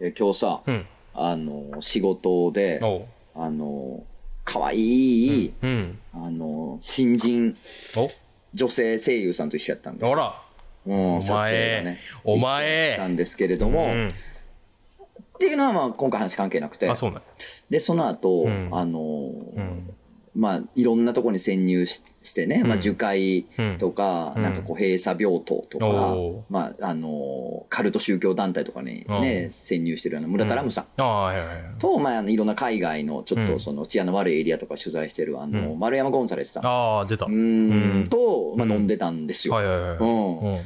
え今日さ、うん。あの、仕事で、おう。あの、可愛い、うん。あの、新人、女性声優さんと一緒やったんですお。あよ。ら。うん、お撮影がね前。。お前。なんですけれども、うんっ。ていうのはまあ今回話関係なくてあ、、そうなんやで、その後、んあの、んまあいろんなとこに潜入ししてね、まあ樹海とか、うんなんかこう閉鎖病棟とか、おーまああの、カルト宗教団体とかにね、うん潜入してるような村田ラムさん。ああ、はいはいはい。と、まあ、あのいろんな海外のちょっうとんその治安の悪いエリアとか取材してるあの、うん丸山ゴンサレスさんああ、出た。うはいーうんんと、まあ、うん飲んでたんですよ。はいはい。う、うんっん。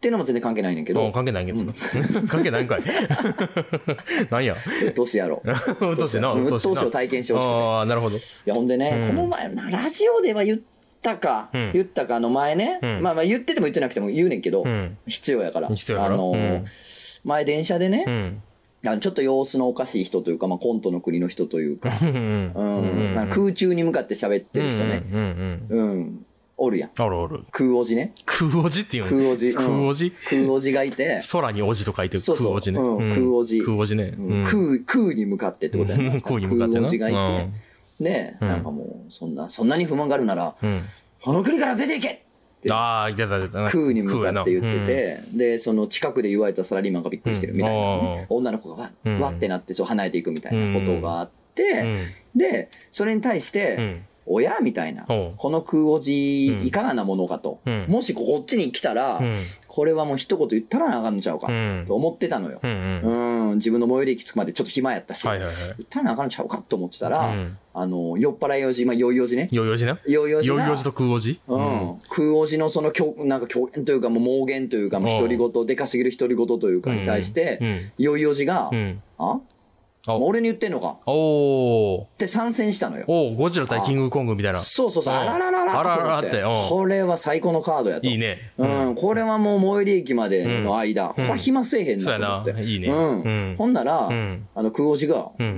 ていうのも全然関係ないねんけうんど、関係ないけど。 関係ないんかい。 な んや。うっとうしいやろ。うっとうしいな。うんううっっととううししいな。いを体験してほしくて。ああ、なるほど。いや、ほんでね、うんこの前、まあラジオでは言ったか、うん言ったか、あの前ね、うんまあまあ言ってても言ってなくても言うねんけど、うん。必要やから。必要やあからのーうん前電車でねう、ん。あのちょっと様子のおかしい人というか、まあ、コントの国の人というか、うんうんううんん。まあ、空中に向かって喋ってる人ね、うんうんうん、おるやん。うん。あるある。空おじね。空おじっていうの空おじ。うん空おじ空おじがいて、空におじと書いてるそうそう空おじね。うん空おじ空おじね。うん空、空に向かってってことや な空に向かって空な。おじがいて、うんねうんなんかもう、そんな、そんなに不満があるなら、うん。この国から出ていけてああ、出た出た。空に向かって言ってて、で、その近くで言われたサラリーマンがびっくりしてるみたいなね、うんあー女の子がわ,、うんわってなって、そう離れていくみたいなことがあって、空やな。で、それに対して、うん。うん。親みたいな、おうこの空おじ、うんいかがなものかと、うんもしこっちに来たら、うん。これはもう一言言ったらなあかんのちゃうか、うんと思ってたのよう。んううん。ん、自分の最寄り駅着くまでちょっと暇やったし、はいはいはい。言ったらなあかんのちゃうかと思ってたら、うんあの、酔っ払いおじ、まあ、酔いおじね。よよじな。酔いおじよがよじと空おじうん、空おじのその狂なんか狂言というかもう妄言というかもううん独り言でかすぎる独り言というかに対して、うん。よいおじが「うん。ああもう俺に言ってんのか?」おおって参戦したのよ。おおゴジラ対キングコングみたいな。そうそうそう、うんあららららあらららと思ってうんこれは最高のカードやと。いいね。うん、これはもう最寄り駅までの間、これは暇せえへんそうやなと思なって。。いいね。うんほんなら、うん。あの空おじが「ううん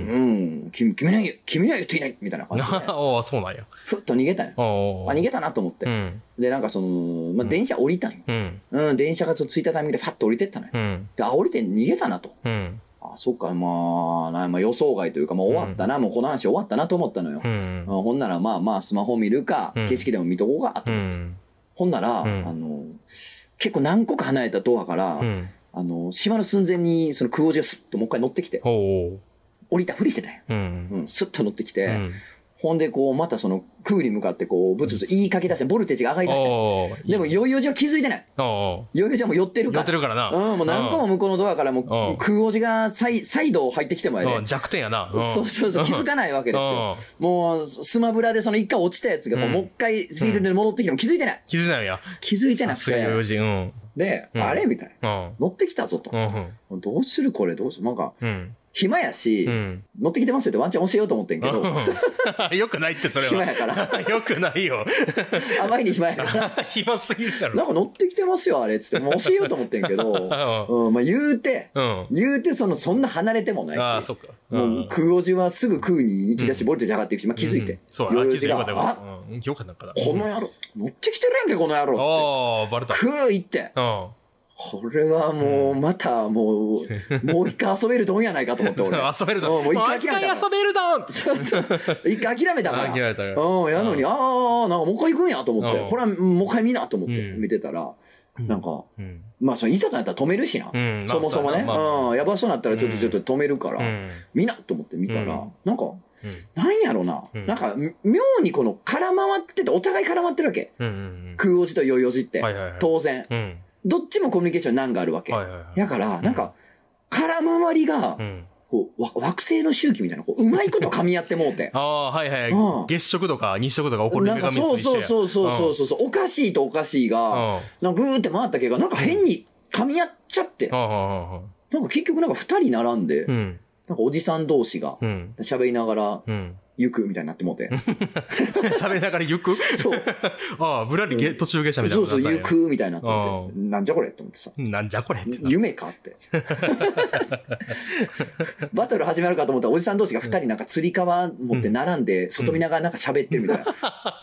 ん、君君には言君には言っていない」みたいな感じでおお そうなんや。ふっと逃げたんよ。おおあ逃げたなと思って、うん。でなんかその、まあ、電車降りたんよ、うん。うん、電車がちょっと着いたタイミングでファッと降りてったのよ。うん。で、あ、降りて逃げたなと。うん。あ、そっか、まあ、なまあ、予想外というか、まあ、終わったな、もうこの話終わったなと思ったのよ。ううんん。ほんなら、まあまあ、スマホ見るか、うん景色でも見とこうか。うん。ほんなら、うんあの、結構何個か離れたドアから、うん。あの、島の寸前に、その空王子がスッともう一回乗ってきて、おお降りたふりしてたんよ。うん。うん、スッと乗ってきて、うん。ほんで、こう、またその空に向かって、こう、ぶつぶつ言いかけ出して、ボルテージが上がり出して。おおでも、余裕じは気づいてない。おお余裕じはもう寄ってるかやらって。るからな。うん、もう何個も向こうのドアからもううん空おじがサイサイド入ってきてもやうんね。弱点やな。そうそうそう、気づかないわけけですよ。もう、スマブラでその一回落ちたやつがもううんもう一回フィールドに戻ってきても気づいてない。気づいたんや。気づいてなさくすが4て。時。うん。で、うんあれみたいな。うん。乗ってきたぞとう。ん。どうするこれどうするなんか、うん。暇やしう、ん。乗ってきてますよってワンチャン教えようと思ってんけど、 よくないって、それ暇は。やから。 よくないよ。あまりに暇やから。暇すぎるだなんろ。か乗ってきてますよ、あれっつって。もう教えようと思ってんけど、 うん、まあ言うて、うん。言うてその、そんな離れてもないし。ああ、そっか。もう空おじはすぐ空に行き出し、ボルテージ上がっていくし、まあ、気づいて。そう、余裕気づいが、たあよかったから。この野郎、乗ってきてるやんけ、この野郎ああ、バレつたって。。空行って、うん。これはもう、またもう、もう一回遊べるどんやないかと思って、俺。遊べるだん。一回遊べるだんそうそう。一回諦めたから。諦めたからうん、やのに、うああ、なんかもう一回行くんやと思ってう、んこれはもう一回見なと思って、うん見てたら、なんか、うん。まあ、そのいざとなったら止めるしな。うん。そもそもね、うん、やばそうなったらちょっとうんちょっと止めるかうら、ん。見なと思って見たうらん、なんか、なんやろな、うんなんか、妙にこの、空回ってて、お互い絡まってるわけ。うん。うん。空おじと酔いおじって。はいはいはい。当然。うん。どっちもコミュニケーション難があるわけ。はいはいはい。だから、んなんか、空回りがう、ん。こう、わ惑星の周期みたいな、こう、うまいこと噛み合ってもう 。てああ、はいはいうん。月食とか日食とか起こるなんか、そうそうそうそうそうそうそう、おかしいとおかしいが、なんかぐーって回った結果、なんか変に噛み合っちゃって、うん。なんか結局なんか二人並んで、うん。なんかおじさん同士がうん。喋りながら、うん。 行くみたいになってもうて。喋りながら行くそう。ああ、ぶらりげ途中下車みたいそうなこそとう、になっ行たんや。くみたいになってもうて。なんじゃこれって思ってさ。なんじゃこれってな。夢かっ て。バトル始まるかと思ったら、おじさん同士が二人なんか釣り革持って並んで、外見ながらなんか喋ってるみたいな、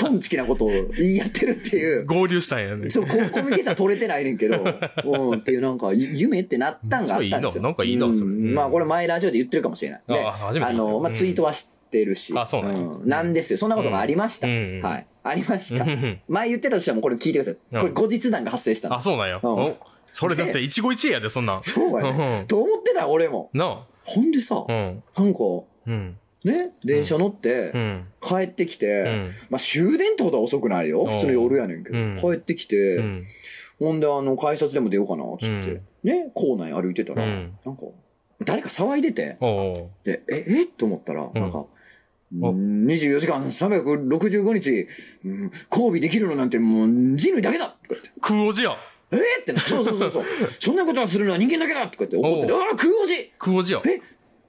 トンチキなことを言い合ってるっていう、合流したんやね。そう、ココミュニケーション取れてないねんけど、うん、っていうなんか、ゆ夢ってなったんがあったんですそよ。ういいのなんかいいなうそれうんまあ、これ前ラジオで言ってるかもしれない。で、あ初めて聞いたの、まあ、ツイートは知ってるし、うんあそうなんやんなんですよ。そんなことがありました。うんうんはい。ありましたうんう。ん前言ってたとしても、これ聞いてください。これ後日談が発生したあ、の。そうなんや。うんおそれだって一期一会やで、そんなん。 そうやうねん。と思ってたよ俺も。なほんでさ、あ。うん。なんか、うん。ね、電車乗っうて、ん。帰ってきうて、ん。まあ終電ってことは遅くないよ。うん普通の夜やねんけうんど。帰ってきうて、ん。ほんで、あの、改札でも出ようかな、つって。ね、校内歩いてたら、うなんんか、誰か騒いでて、おうで、え、えと思ったら、なんか、おうん24時間365日、うん交尾できるのなんてもう人類だけだとか言って、クオジや。えーってなって、そうそう そうそう、そんなことはするのは人間だけだとか言って怒ってて、おああ、空おじクオジや。え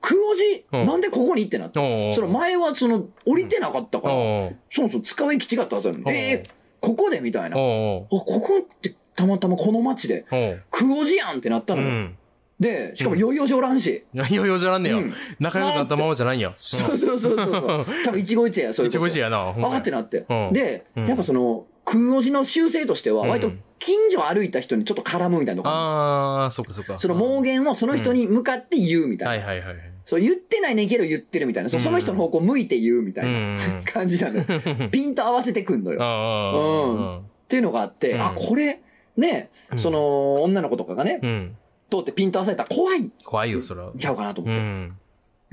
空おじうんなんでここにってなって。おうその前はその降りてなかったから、おうそもそも使う駅違ったはずなのに、うんえーここでみたいな。あ、おうここってたまたまこの街で、おう空おじやんってなったうのよ。ん。で、しかもヨーヨー上覧し。いやいやいやじゃらんねやうん。仲良くなったままじゃないんや。そうそうそうそうそう。多分一期一会や、それ一こ期そ。一会やな。ほんまあやーってなって。うんで、うんやっぱその、空おじの習性としては、うん割と近所歩いた人にちょっと絡むみたいなのがあるああ、そっかそっか。その盲言をその人に向かって言うみたいな。はいはいはいはい。そう言ってないねんけど言ってるみたいな。そううんその人の方向向いて言うみたういな、ん。感じなのよ。 ピンと合わせてくんのよ。ああ。うんっていうのがあって、うんあ、これ、ね、うんその、女の子とかがね、うん。通ってピント合わせたら怖いん怖いよ、そら。ちゃうかなとう思って。ん。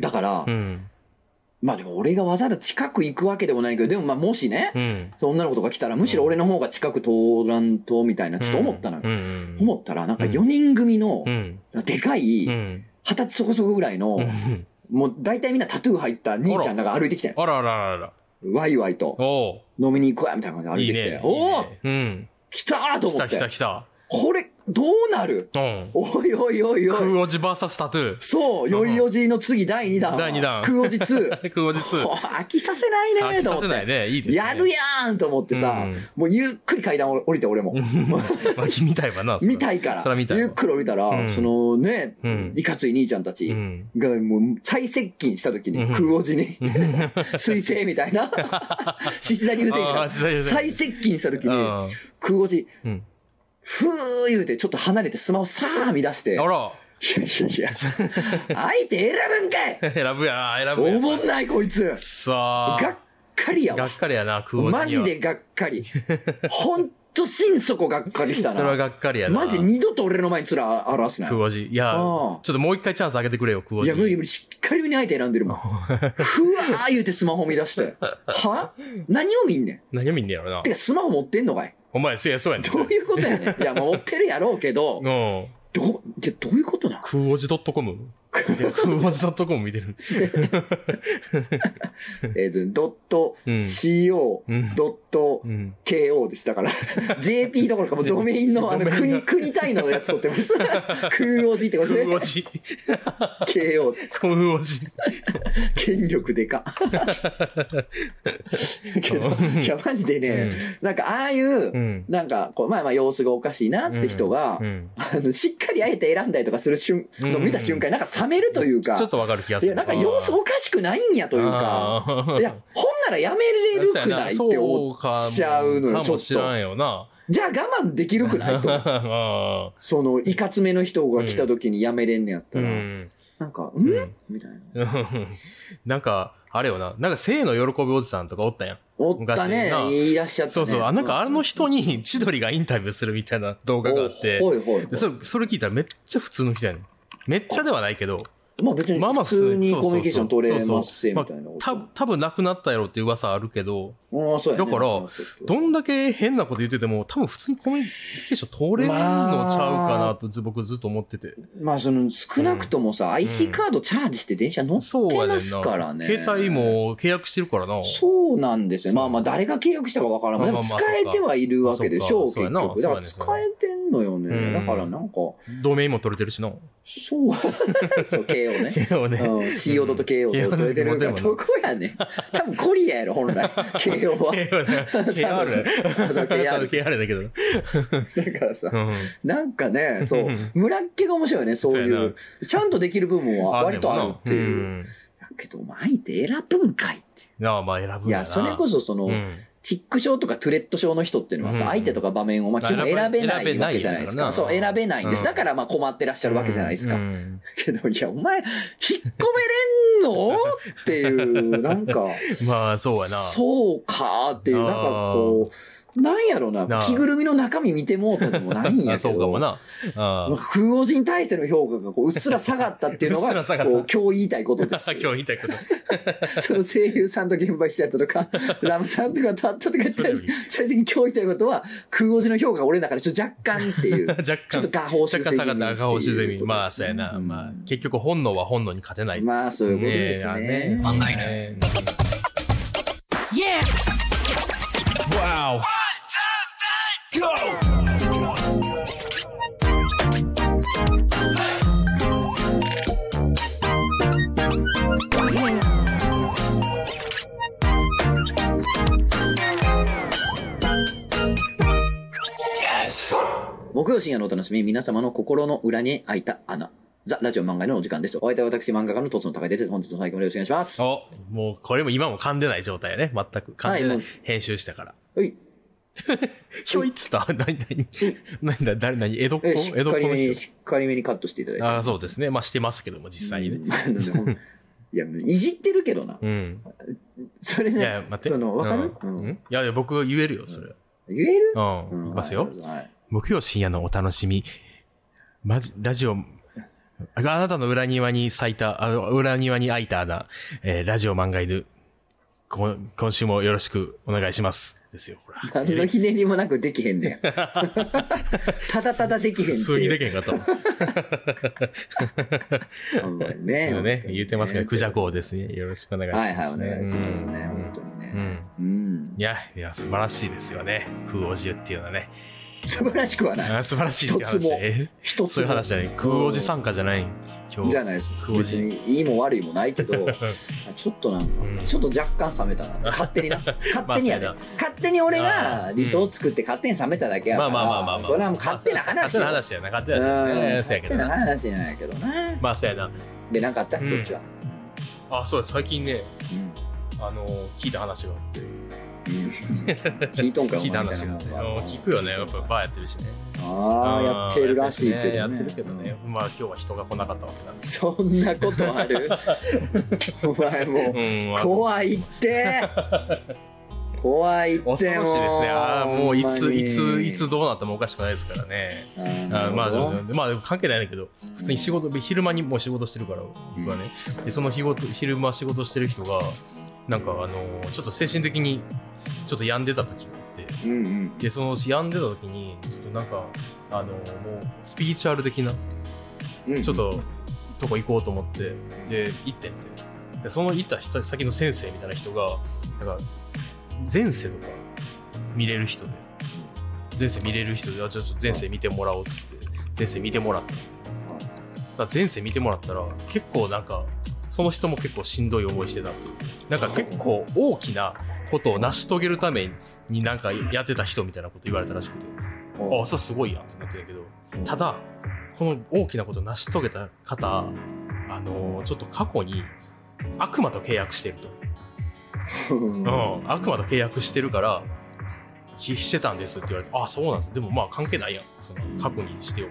だからう、ん。まあでも俺がわざわざ近く行くわけでもないけど、でもまあもしね、うん。女の子とか来たら、むしろ俺の方が近く通らんと、みたいな、ちょっと思ったのよう。ん。思ったら、なんかうん4人組のう、ん。でかい、う二ん。十歳そこそこぐらいのう、んもう大体みんなタトゥー入った兄ちゃんらが歩いてきてん、あらあらあらあら。ワイワイと、お飲みに行こうや、みたいな感お。じいいで歩いてきてね。、おおいいねうん。来たーと来思たっ来たて、来た。これ、どうなるうん。おいおいおいおい。空おじ VS タトゥそう、よいよじの次第2弾。第二弾空おじ2。ー。 空おじ2。こう 飽きさせないね飽きとさ思って。せないね。いいですね。やるやんと思ってさ、 うんもうゆっくり階段を降りて俺も。まあ、見たいわな。見たいからそら見たいわゆっくり降りたら、うんそのね、うんいかつい兄ちゃんたいちうん。がもう最接近した時に、うん空おじに、 水星みたい な、 獅子座流星みたいあな、ー獅子座流星最接近した時うに、ん。空おじ、うんふー言うてちょっと離れてスマホさー見出して、いあやら。 いやいや、相手選ぶんかい選ぶや、選ぶおや。もんないこいつさあ。がっかりやがわっ。かりやな、空おじにはマジ。でがっかり。ほんと心底がっかりした それはな。がっかりやな。マジ二度と俺の前に面表すなクよ。オジ。いや、ちあょあっともう一回チャンスあげてくれよ、クオいジ。や、無理無理。しっかり見に相手選んで るもん。ふわー言うてスマホ見出して。は何を見んね。何見んねやろなんて。かスマホ持ってんのかいお前、せや、そうやねどういうことやねん。いや、まあ持ってるやろうけど、ん。うん。ど、じゃどういうことなのクオジ .com? クオジ .com 見てる。えっと、ドットうん CO うんドットうん。 KO です。だ から、JP どころかもうドメインのあのドメイン国、の国単位のやつ取って ます。空おじってことねク。オジ。 KO。クオジ。権力で か。けどいや、マジでね、なんかああいう、うん。なんか、こう、まあまあ様子がおかしいなって人が、うん。あの、しっかりあえて選んだりとかする瞬、うんの見た瞬間、なんか冷めるというか、ちょっとわかる気がいする。や、なんか様子おかしくないんやというか、かいや、ほんならやめれるくないって思っちゃうのよ、ちかょもっしらと。んよな。じゃあ我慢できるく ないと。あその、いかつめの人が来た時にやめれんねやっあうたら、ん。なんか、うん、うんみたいな。なんか、あれよな。なんか、性の喜びおじさんとかおったやん。おったね昔な、いらっしゃった、ね。そうそう。あ、なんかあの人に千鳥がインタビューするみたいな動画があって。おほいほいほでいそれ、それ聞いたらめっちゃ普通の人やねん。めっちゃではないけど、まあ別にまあまあ普普通通ににコミュニケーション取れますせそうみそたいなこと。た多分なくなったやろっていう噂あるけど、うんそうやねだからどんだけ変なこと言ってても、多分普通にコミュニケーション取れるのちゃうかなと、ず僕ずっと思ってて。まあその少なくともさ、IC カードチャージして電車乗っそうやてねんまな。すからね。携帯。も契約してるからな。そうなんですよ。まあまあ誰が契約したかわからん。まであまもあまあ使えてはいるわけでしょう、そ結うかそうやな局。だからそうやね使えてんのようね。んだからなんか、ドメインも取れてるしな。そう。そう、 慶応ね。けど ね。うん、CO と慶応と出てるからどこやねん。多分コリアやろ、本 来。慶応は。 KR。そう KR そう KR だけど。だからさう、ん。なんかね、そうう、村っ気が面白いよね、そうそういやう。ちゃんとできる部分は割とあるってでもいう。なうんだけど、お前で選ぶんかいって。なあ、まあ選ぶいや、それこそ、そその、うんチック症とかトゥレット症の人っていうのはさ、うん相手とか場面をまあ基本選べな選いべなわいけじゃないですからか。なそう、選べないんです。うんだからまあ困ってらっしゃるわけじゃないですかう。んけど、いや、お前、引っ込めれんのっていう、なんか、ま あ、そうやな。そうかっていう、なんかこう、なんやろなな、あ着ぐるみの中身見てもうたでもないんやあけ そうかもど。な。ああ空王人に対しての評価がこううっすら下がったっていうの うっすらが下がったこう今日言いたいことです 今日言いたいこと。その声優さんと現場記者と かラムさんとかと会ったとか言っそたれらより最終的に今日言いたいことは空王人の評価が俺の中でちょっと若干っていう 若ちょっと干。画法修若正気干下味がった赤星ゼミ。まあ、そそうやな。まあ、結局本能は本能に勝てない。まあそういうことですねねえ考えないね Yeah! Wow! Yeah! 木曜深夜のお楽しみ、皆様の心の裏に開いた穴。ザ・ラジオ漫画へのお時間です。お相手は私、漫画家のとつの高井です。本日の最後もよろしくお願いします。はお、もうこれも今も噛んでない状態やね。全く噛んではないいもう。編集したから。い。ひょいっつった 何何何だ誰何江戸っ子えし江っ戸かっ子りのめに、人しっかりめにカットしていただいて。ああ、そうですね。まあしてますけども、実際 にね。うんいや、いじってるけどな。うん。それいね、や、待って。そのわかるうんうんいやいや、僕言えるよ、それ。言えるうん。うんいきますはよ。はい木曜深夜のお楽しみ。マジ、ラジオ、あなたの裏庭に咲いた、あ裏庭に開いた穴、えーラジオ漫画犬。こん今週もよろしくお願いします。ですよ、ほら。何のひねりもなくできへんねん。 ただただできへん普って通にいでう。きへんかったもん。 あんまりね。 ね、言ってますけど、クジャコ。コをですね。よろしくお願いしまはいはい、す、おね。願いしますね。うん本当にうね。ん。うんい。や、いや、素晴らしいですよね。風王子っていうのはね。素晴らしくはない。あ素晴らしいって話一つもえ一つもそういう話じゃない。空王子参加じゃない。今日。じゃないですク。オ別ジにいいも悪いもないけ ど、ちょっとなんうんか、ちょっと若干冷めた な。勝手にな。勝手にやでまあそう。勝手に俺あがー理想を作って勝手に冷めただけやまかあら。まあまあまあまあ。それはもう勝手な話よ。まあ勝手な話やな。勝手うな話んやね。そう勝やけ手どなな。話なんやけどな。まあそうやな。で、なんかあったうんそっちは。あ、そうです。最近ね、うんあの、聞いた話があって。うん聞いとんか、お聞前いみたたい話ながあもんって。あはの聞くよね。やっぱバーやってるしね。ああ、やってるらしいけどね。やってるけどね。まあ今日は人が来なかったわけなんうんです。そんなことあ るお前もう、うん怖いって。怖いってもう。恐ろしいですね。ああ、もういほんまつ、にいつ、いつどうなってもおかしくないですからね。あーなあるーほまあ、どそうまあ、でも関係ないんだけど、普通に仕事、昼間にもう仕事してるから、僕はね。で、その日ごと、昼間仕事してる人が、なんか、あのー、ちょっと精神的に、ちょっと病んでた時があって、うんうん。で、その病んでた時に、ちょっとなんか、あのー、もう、スピリチュアル的な、うん、ちょっと、とこ行こうと思って、で、行ってって。で、その行った人先の先生みたいな人が、なんか、前世とか見れる人で、前世見れる人で、あちょっと前世見てもらおうっつって、前世見てもらったんです。だから前世見てもらったら、結構なんか、その人も結構しんどい思いしてたっていう。なんか結構大きなことを成し遂げるためになんかやってた人みたいなこと言われたらしくて。あそれすごいやんってなってたけどただこの大きなことを成し遂げた方あのーちょっと過去に悪魔と契約してると、うんうん悪魔と契約してるから寄付してたんですって言われてあそうなんですでもまあ関係ないやんその過去にしてよう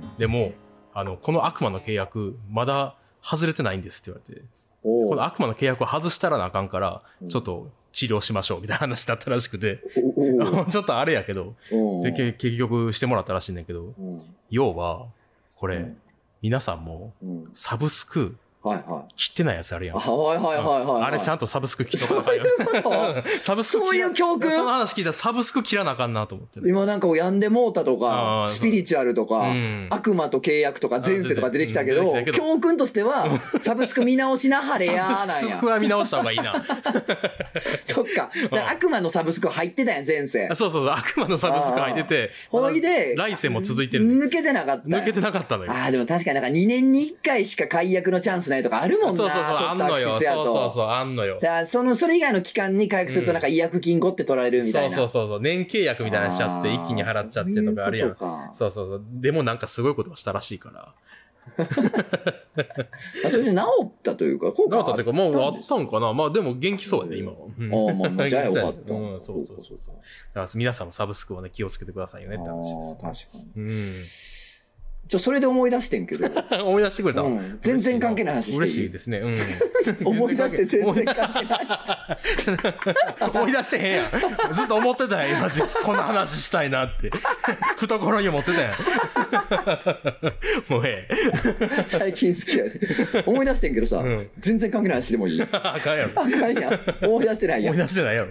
がでもあのこの悪魔の契約まだ外れてないんですって言われておうこの悪魔の契約を外したらなあかんからうんちょっと治療しましょうみたいな話だったらしくておう ちょっとあれやけどおう でけ結局してもらったらしいねんだけどうん要は、これ、うん皆さんも、うんサブスク、はいはい。切ってないやつあるやん。あはいはいはいはい。あれちゃんと。とサブスク切っとかそなあかうんいよ。うこと サブスクそういう教訓その話聞いたらサブスク切らなあかんなと思ってね。今なんか病んでもうたとかあ、ースピリチュアルとか、うん悪魔と契約とか前世とか出てきたけあど出てき、たけど教訓としては、サブスク見直しなはれやーサなんブスやク。は見直した方がい いな。そっか。だから悪魔のサブスク入ってたやん、前世あ。そうそうそう、悪魔のサブスク入ってて、ほいで、来世も続いてるね。抜けてなかったんや。抜けてなかったのよ。ああ、でも確かになんか2年に1回しか解約のチャンスないとかあるもんそな。うそうそう、ちょあっんとの悪よ。質やそうそうと。そう、あんのよ。じゃあ、その、それ以外の期間に解約するとなんか違約金5って取られるみたそいうな。そうそうそう、年契約みたいなのしちゃって、あー一気に払っちゃってとかあるやそうん。いうことかそうそうそう。でもなんかすごいことをしたらしいから。あそれで治ったというか、効果なはかったっていうか、もうあったんかなまあでも元気そうやね、今は。 うんああまあまあじゃあよかった うん、そうそうそうそう。だから皆さんもサブスクはね、気をつけてくださいよねって話です。あー確かに。うん。ちょ、それで思い出してんけ ど、思い出してくれた、うん全然関係ない話していい嬉しいですね。うん。 思い出して全然関係ないし。思い出してへんや ん。ずっと思ってたやん、今じこんな話したいなって。 懐に持ってたやん。 もうえ え。最近好きやで。思い出してんけどさ、うん全然関係ない話でもい い。あかんやろ。あかんやん。思い出してないや思いん。出してないやろ。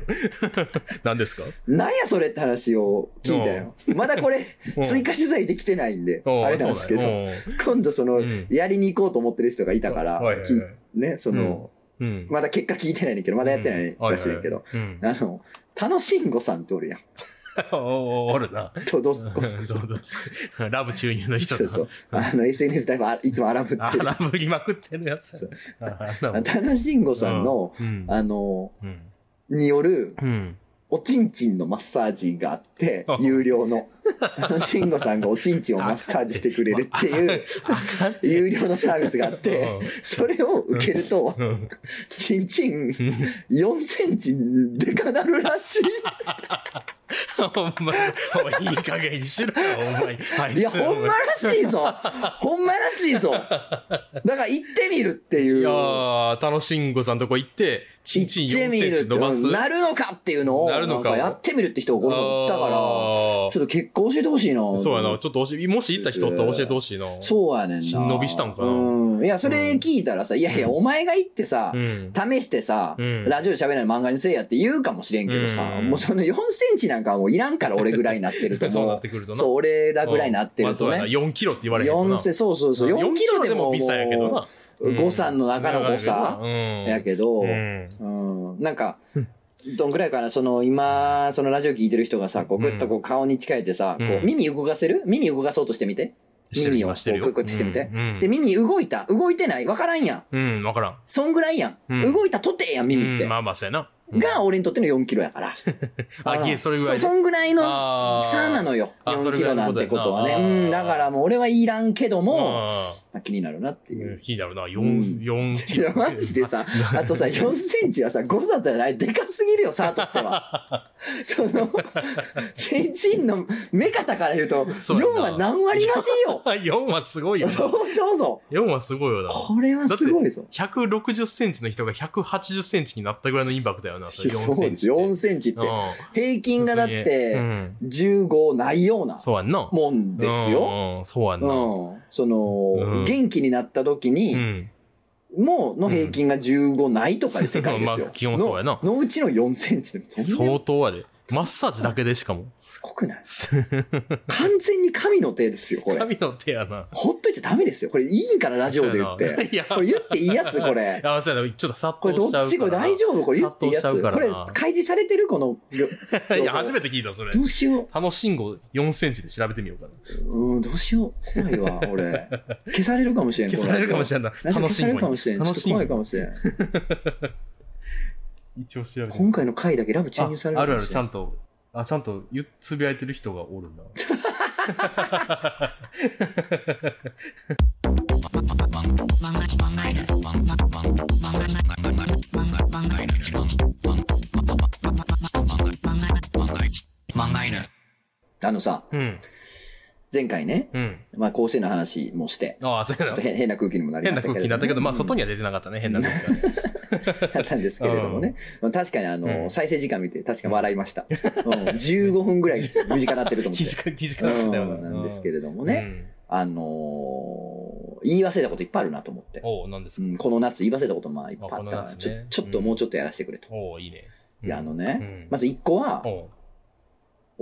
何ですかなんやそれって話を聞いたよ。まだこれう、ん追加取材できてないんで、おうあれなんですけそうだど、よ今度そのうん、やりに行こうと思ってる人がいたからはいはいは、いきね、その、おううん。まだ結果聞いてないねんだけど、まだやってないらしいねんけど、うん。あの、楽しんごさんっておるやん。おおおるな。と、どうすどこすうぞラブ注入の人そうだそう。あの、SNS だいぶあいつも荒ぶってあ、る。ラブりまくってるやつそやう。ああんなもんタナシンゴさんの、、うんあの、うん。による、うん。おちんちんのマッサージがあってあ、有料の。タナシンゴさんがおちんちんをマッサージしてくれるって いう、有料のサービスがあって、それを受けると、うんちんちん4センチでかなるらしお前、お前いい加減にしろよ、お前。あい。いついや、ほんまらしいぞ。ほんまらしいぞ。だから行ってみるっていう。いやー、楽しんごさんとこ行って、ちんちん行って4みセるンチ伸ばす。なるのかっていうのを、ななるのんかかやってみるって人がおったから、ちょあっーと結果教えてほしいな。そうやな。ちょっと教え、もし行った人おったら教えてほしいな。そうやねんな。忍びしたんかなうん。いや、それ聞いたらさ、いやいや、うんお前が行ってさう、ん。試してさ、うんラジオで喋らない漫画にせいやって言うかもしれんけどさ、うんもうその4センチなんかはもういらんから俺ぐらいになってるとそうな思ってくるとう。な。そう、俺らぐらいになってるとまあそうね。やな4キロって言われへんとな4セ、そうそうそう、4キロでももう、微細やけどな。うん誤差の中の誤差うん。やけど、うん。うん、なんか、どんぐらいかな、その今、そのラジオ聞いてる人がさ、こううんぐっとこう顔に近いてさ、うんこう耳動かせる耳動かそうとしてみて。耳をこしてるうよクイックってしてみてうんうんで、耳動いた動いてないわからんやん。うん、わからん。そんぐらいやん。うん動いたとてやん、耳って。うんまあまあ、そうやな。うんが、俺にとっての4キロやから。あ、いえそれぐらいで。そそんぐらいのあー差なのよ。あそ4れキぐらロいのなこんとてやなことはね。あうーん、だからもう俺はいらんけども、あまあ、気になるなっていーう。気になるな。うん4、四いキロ。や、マジでさ、あとさ、4センチはさ、誤差じゃない、でかすぎるよ、差としては。その、チンチンの目方から言うと、そうやな4は何割らしい よあ。4はすごいよな。 どうぞ。 4はすごいよな。これはすごいぞ。 160センチの人が180センチになったぐらいのインパクトやな、 それ4センチって。 4センチって。う平均んがだっうて、ん15ないようなそうやんな。もんですよ。うんうん。そうやんうな。ん。そうの、ん元気になった時うに、ん。もうの平均が15ないとかいう世界です まよあ。基本そうやなののうちの4センチでも、そんな相当やで。マッサージだけでしかも。すごくない完全に神の手ですよ、これ。神の手やな。ほっといちゃダメですよ。これいいんかな、ラジオで言っそうやて。な。い や、これ言っていいやつ、これ。あ、そうやな。ちょっと殺これど到しちゃうからな。っちこれ大丈夫これ言っていいや殺つ。到しちゃうこかられな開示されてるこの。 いや、初めめて聞いた、それど。うしよ楽しんご4センチで調べてみようかな。う。うん、どうしよう。怖いわ、俺。消されるかもしれん。消されるかもしれんな。ラジオ消楽しされんるかごもに。しれん。ちょ楽っとしん怖ごいかに。もしれん。一応調べてみよう今回の回だけラブ注入されるあかあるあもるしちれゃん。んとあちゃんとゆつぶやいてる人がおる なあのさ、うん前回ね、うんまあ、甲子園の話もして、ああそうちょやっとな変変な空気にもなり変まなしたけれ空ども。気になったけどまあうん外には出てなかったね変な空気がね だったんですけれどもね。確かにあの、うん再生時間見て確か笑いました。うん、15分ぐらい 短くなってると思って。肘か肘かうなったよん、なんですけれどもね。ねあの言い忘れたこといっぱいあるなと思って、おお、何ですうか、ん、この夏言い忘れたことまあいっぱいあったかあこのら、夏ちょねちょっとうんもうちょっとやらせてくれと、おお、いいね。いやあのうね、んまず1個は、お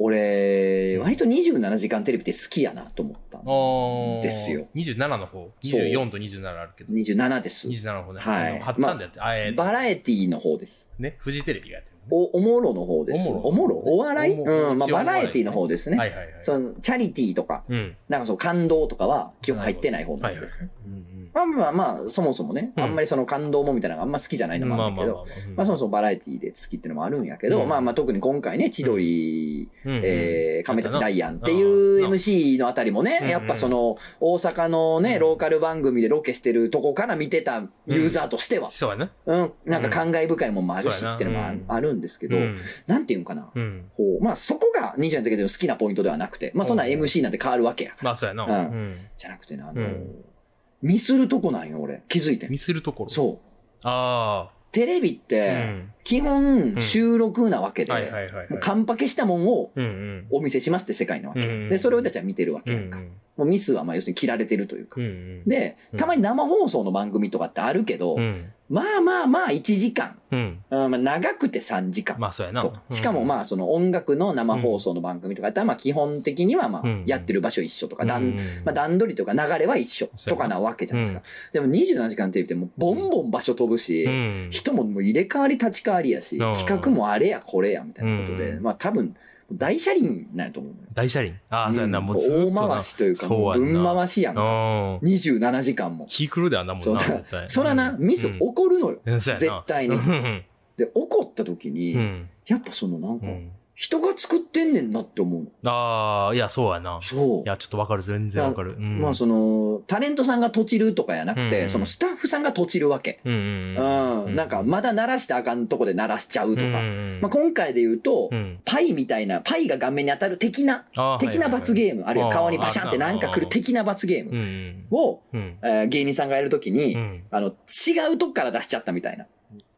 俺うん割と27時間テレビって好きやなと思ったのおですよ。 27の方。そう24と27あるけど。 27です27の方ね。はいあの八ちゃんでやって、あえーバラエティの方ですね、フジテレビがやってるね、おおもろの方ですおおももろろお笑いおもろうんまあ一応バお笑いラエティの方ですね、はいはいはい。そのチャリティーとかうん。なんかその感動とかは基本入ってない方のやつです、はいはいはいうんまあまあまあそもそもね、うんあんまりその感動もみたいなのがあんま好きじゃないうんのもあるんだけど、まあそもそもバラエティで好きってのもあるんやけど、うんまあまあ特に今回ね、千鳥、うんうんえー、亀立ダイアンっていうんううん MC のあたりもねう、んうんやっぱその、大阪のうね、んローカル番組でロケしてるとこから見てたユーザーとしては、そうやな。うん、なんか感慨深いもんもあるしそうやなっていうのもあうんあるんですけどう、んなんていうんかな。うん。こう、まあそこが27時間の好きなポイントではなくて、まあそんなうん MC なんて変わるわけや。まあ、そうやな。うんうんじゃなくてな、あのうん、ミスるとこなんよ、俺。気づいてんミ。スるところ。う。そう。あテレビっあ。うて、ん。基本収録なわけで、はいはいはいはい。もうカンパケしたもんをうんうん。お見せしますって世界なわけ。うんうんで、それを俺たちは見てるわうけんやうんんか。もうミスはまあ要するに切られてるというかう。んうん。で、たまに生放送の番組とかってあるけど、うん。まあまあまあ1時間、うん。うんまあ、長くて3時間まあ、そうやなと。。しかもまあその音楽の生放送の番組とかやったらまあ基本的にはまあうんやってる場所一緒とか、うん、段まあ、段取りとか流れは一緒とかなわけじゃないですか。でも27時間テレビってもうボンボン場所飛ぶし、うん人ももう入れ替わり立ち替わりやし、うん企画もあれやこれやみたいなことで、うんまあ多分大車輪なんやと思うのよ。大車輪。ああ、そうやな。んもうずーっとな。大回しというか、そうもやうんな分回しやんか。うん。 27時間も。気狂うであんなもそんうな。だ絶対そらな、ミス起こるのよ。うんそうやな絶対にうんで、起こった時に、うん。やっぱそのなんうか、ん。人が作ってんねんなって思うの。ああ、いや、そうやな。そうい。や、ちょっとわかる。全然わかる。うんまあその、タレントさんがとちるとかやなくて、うんそのスタッフさんがとちるわけ。うんう、うんん。なんか、まだ鳴らしてあかんとこで鳴らしちゃうとか。まあま今回で言うと、うん。パイみたいな、パイが顔面に当たる的な、あー的な罰ゲーム、あるいは顔にバシャンってあーなんか来る的な罰ゲーはいムはいはいうんを、うん。うん。えー芸人さんがやるときに、うんあの、違うとこから出しちゃったみたいな。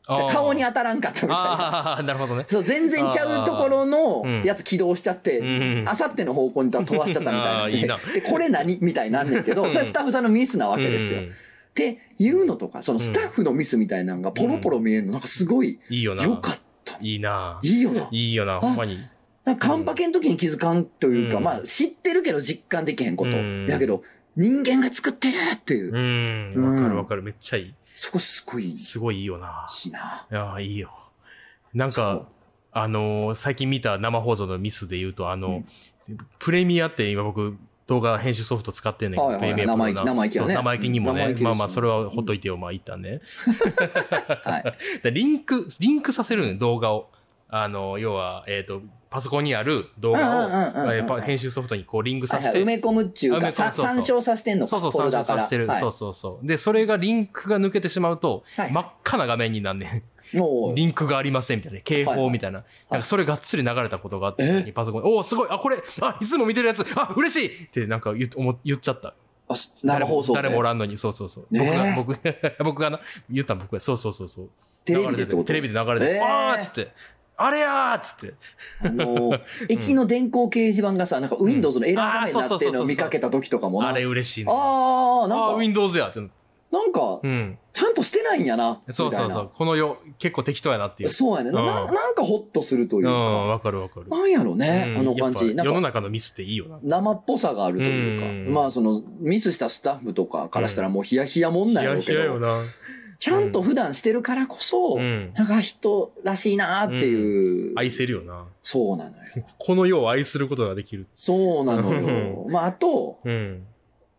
あー顔に当たらんかったみたいな。ああ、なるほどね。そう、全然ちゃうところあのーうんやつ起動しちゃって、うんあさっての方向に飛ばしちゃったみたいなあんーで。 いいなで、これ何みたいになんねんけど、それはスタッフさんのミスなわけですよ。うっんていうのとか、そのスタッフのミスみたいなのがポロポロ見えるの、なんかすごいいいよな。良かった。いいな。いいよな。いいよな、ほんまに。なんかカンパケの時に気づかんというか、うんまあ知ってるけど実感できへんこと。うんやけど、人間が作ってるっていうう、ん。うんわかるわかる。めっちゃいそこすごいい。すごいいいよな。しな。いやー、いいよ。なんそうか、あのー最近見た生放送のミスで言うと、あの、プレミアって今僕、動画編集ソフト使ってんねんけど、はいはいはいプレミアプロの生意気生意気やねそう生意気にも生意ね気で。すよまあまあ、それはほっといてよ、まあ、一旦ね。はい。でリンク、リンクさせるのよ動画を。あの、要は、えっ、と、パソコンにある 動画を、うんうんうんうんうんえーパ編集ソフトにこうリンはクさいせはいて、埋め込むっていう埋め込か、むさそうそう参照させてんのか。そうそう、フォル参ダ照させてる、からそうはそうそう。で、それがリンクが抜けてしまうと、はい真っ赤な画面になんねん。い。もう、リンクがありませんみたいな、警報みたいな。なんかそれがっつり流れたことがあって、えパソコンで、おお、すごい、あ、これ、あ、いつも見てるやつ、あ、嬉しいってなんか言っ思言っちゃった。あ生放送で誰もおらんのに、そうそうそう。ねえ僕が、僕、 僕がな、言ったの僕が、そうそうそうそう。テレビでってことテレビで流れて、ええあーっつって、あれやーっつって。あ の、駅の電光掲示板がさ、なんか Windows のエラー画面になってるのうをん見かけた時とかもな。ああれ嬉しいね。ああー、あー、なんか、 Windows やってな。なんかう、ん。ちゃんとしてないんやな。みたそいうなそうそう。この世、結構適当やなっていう。そうやね。なうん、なんかホッとするといううんか。わかるわかる。なんやろね、うんあの感じ。やっなぱ世のんか、中のミスっていいよな。生っぽさがあるといううか。んまあ、その、ミスしたスタッフとかからしたらもうヒヤヒヤもんなんいややろういけやど、よな。ちゃんと普段してるからこそ、うん。なんか人らしいなーっていう。愛せるよな。そうなのよ。この世を愛することができる。そうなのよ。まあ、あと、うん。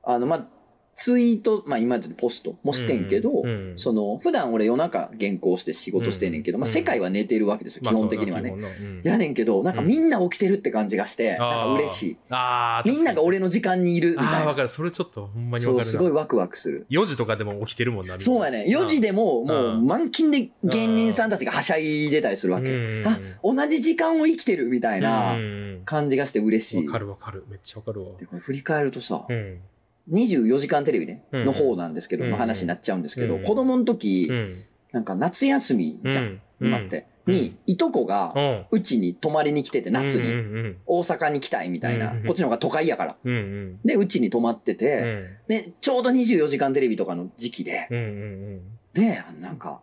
あの、まあ、ツイート、まあ、今までのポストもしてんけど、うんうんその、普段俺夜中原稿して仕事してんねんけど、うんまあ、世界は寝てるわけですよ、まあ基本的にはね。。そうな基本なうんやねんけど、なんかみんな起きてるって感じがして、あーなんか嬉しい。ああ、みんなが俺の時間にいるみ確かに、たあいあ、わな。かる。それちょっとほんまにわそかう、るすごいな。ワクワクする。 4時とかでも起きてるもんな、みんなそうやね。4時で。でも、もううん満勤で芸人さんたちがはしゃいでたりするわうけ。んあ、同じ時間を生きてるみたいうんなうん感じがして嬉しうんい。わかるわかる。めっちゃわかるわ。でこれ振り返るとさ、うん。 24時間テレビね、うんの方なんですけど、うんの話になっちゃうんですけど、うん子供の時う、ん。なんか夏休みじゃん、うん今って。に、いとこがう、ん。うちに泊まりに来てて、夏うんに。大阪に来たいみたいなうんうん。こっちの方が都会やから。うんうん。うんで、うちに泊まってうん。て、で、ちょうど24時間テレビとかの時期で、うんうんで、なんか、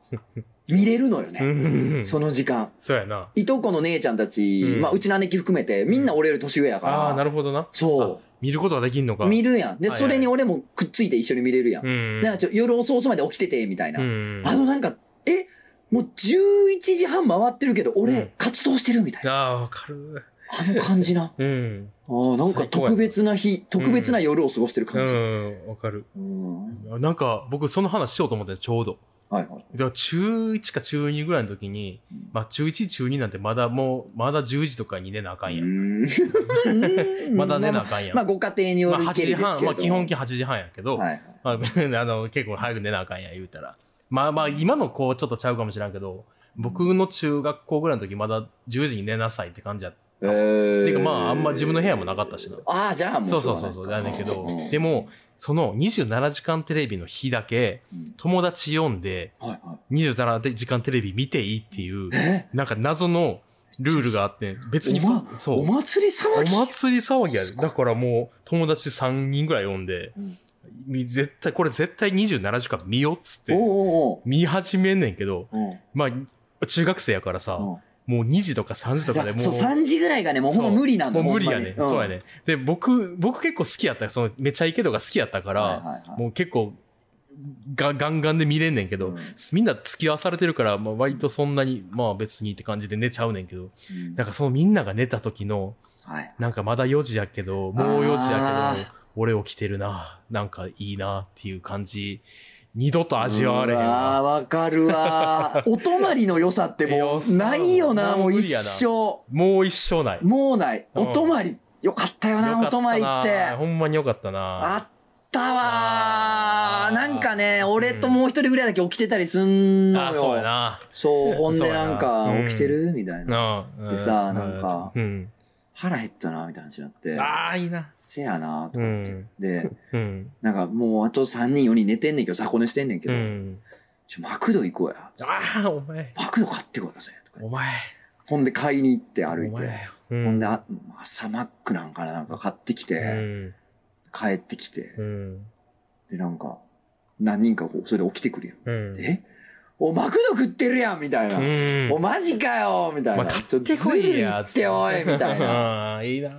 見れるのようん。うんね。うんうん。その時間。そうやな。いとこの姉ちゃんたち、うんまあ、うちの姉貴含めて、みんな俺より年上やかああー、なら、るほどな。そ見ることができんのう、か。見るやん。で、はいはいそれに俺もくっついて一緒に見れるやん。うだかん。らちょ夜遅々まで起きてて、みたいなう。ん。あのなんか、え、もう11時半回ってるけど、う俺ん、活動してるみたいな。ああ、わかる。あの感じ な。うん。あーなんか最高や特別な日、特別な夜を過ごしてるう感じ。ん、わかる。うんなんか、僕、その話しようと思って、ちょうど。はいはい。だから中1か中2ぐらいの時に、まあ中1、中2なんてまだもう、まだ10時とかに寝なあかんや。うんーん まだ寝なあかんやん。まあ、ご家庭によまある8け時りです半、けれども。まあ基本8時半やけど、はい まああの結構早く寝なあかんや言うたら。まあまあ今の子ちょっとちゃうかもしれんけど、僕の中学校ぐらいの時まだ10時に寝なさいって感じやっえた。ーていうかまああんま自分の部屋もなかったしな。ああ、じゃあもうそうそうそうそう、だねんけど、でも、も、その27時間テレビの日だけ、うん友達読んで、はいはい。 27時間テレビ見ていいっていう、えなんか謎のルールがあって、別にお,、そう。お祭り騒おぎ祭り騒ぎやすで。ごいだからもう友達3人ぐらい呼んで、うんみ絶対、これ絶対27時間見よっつって、おうおう見始めんねんけど、おううんまあ、中学生やからさ、うんもう2時とか3時とかでいやもそう、う、 3時ぐらいがね、もうほんま無理なんだもう無理やね、ほんまにそうや。ね。で、僕、僕結構好きやった、そのめちゃイケとか好きやったから、はいはいはいもう結構が、ガンガンで見れんねんけど、うんみんな付き合わされてるから、まあ、割とそんなに、まあ別にって感じで寝ちゃうねんけど、うんなんかそのみんなが寝た時の、はいなんかまだ4時やけど、もう4時あやけーど、俺起きてるな。なんかいいなっていう感じ。二度と味わわれへんうわーな。わかる わー。お泊まりの良さっても良さう、ないよな、ももうう無一理やな生。もう一生ない。もうない。うんお泊まり。よかったよよな、かおったな泊まりって。ほんまによかったな。あったわあー。ーなんかね、俺ともう一人ぐらいだけ起きてたりすんのあーそうやよ。な。そう、ほんでなんそうかやな、うん起きてるみたいな。なあ。うでさなんかうん。腹減ったな、みたいな話になって。ああ、いいな。せやな、とうか。ん。で、うん。なんかもうあと3人4人寝てんねんけど、雑魚寝してんねんけうど、ん。ちょ、マクド行こうや。つってああ、お前。マクド買ってこようぜ。とかお前。ほんで買いに行ってお歩いて。前。うほんんで、あ朝マックなんかななんか買ってきうて、ん。帰ってきて、うん。で、なんか、何人かこう、それで起きてくるやん。うん。えお、マクド食ってるやんみたいな。うん。お、マジかよみたいまな。あ買ちょってこいや。ずる行っておいみたいな。あな。うんいいな。れめっ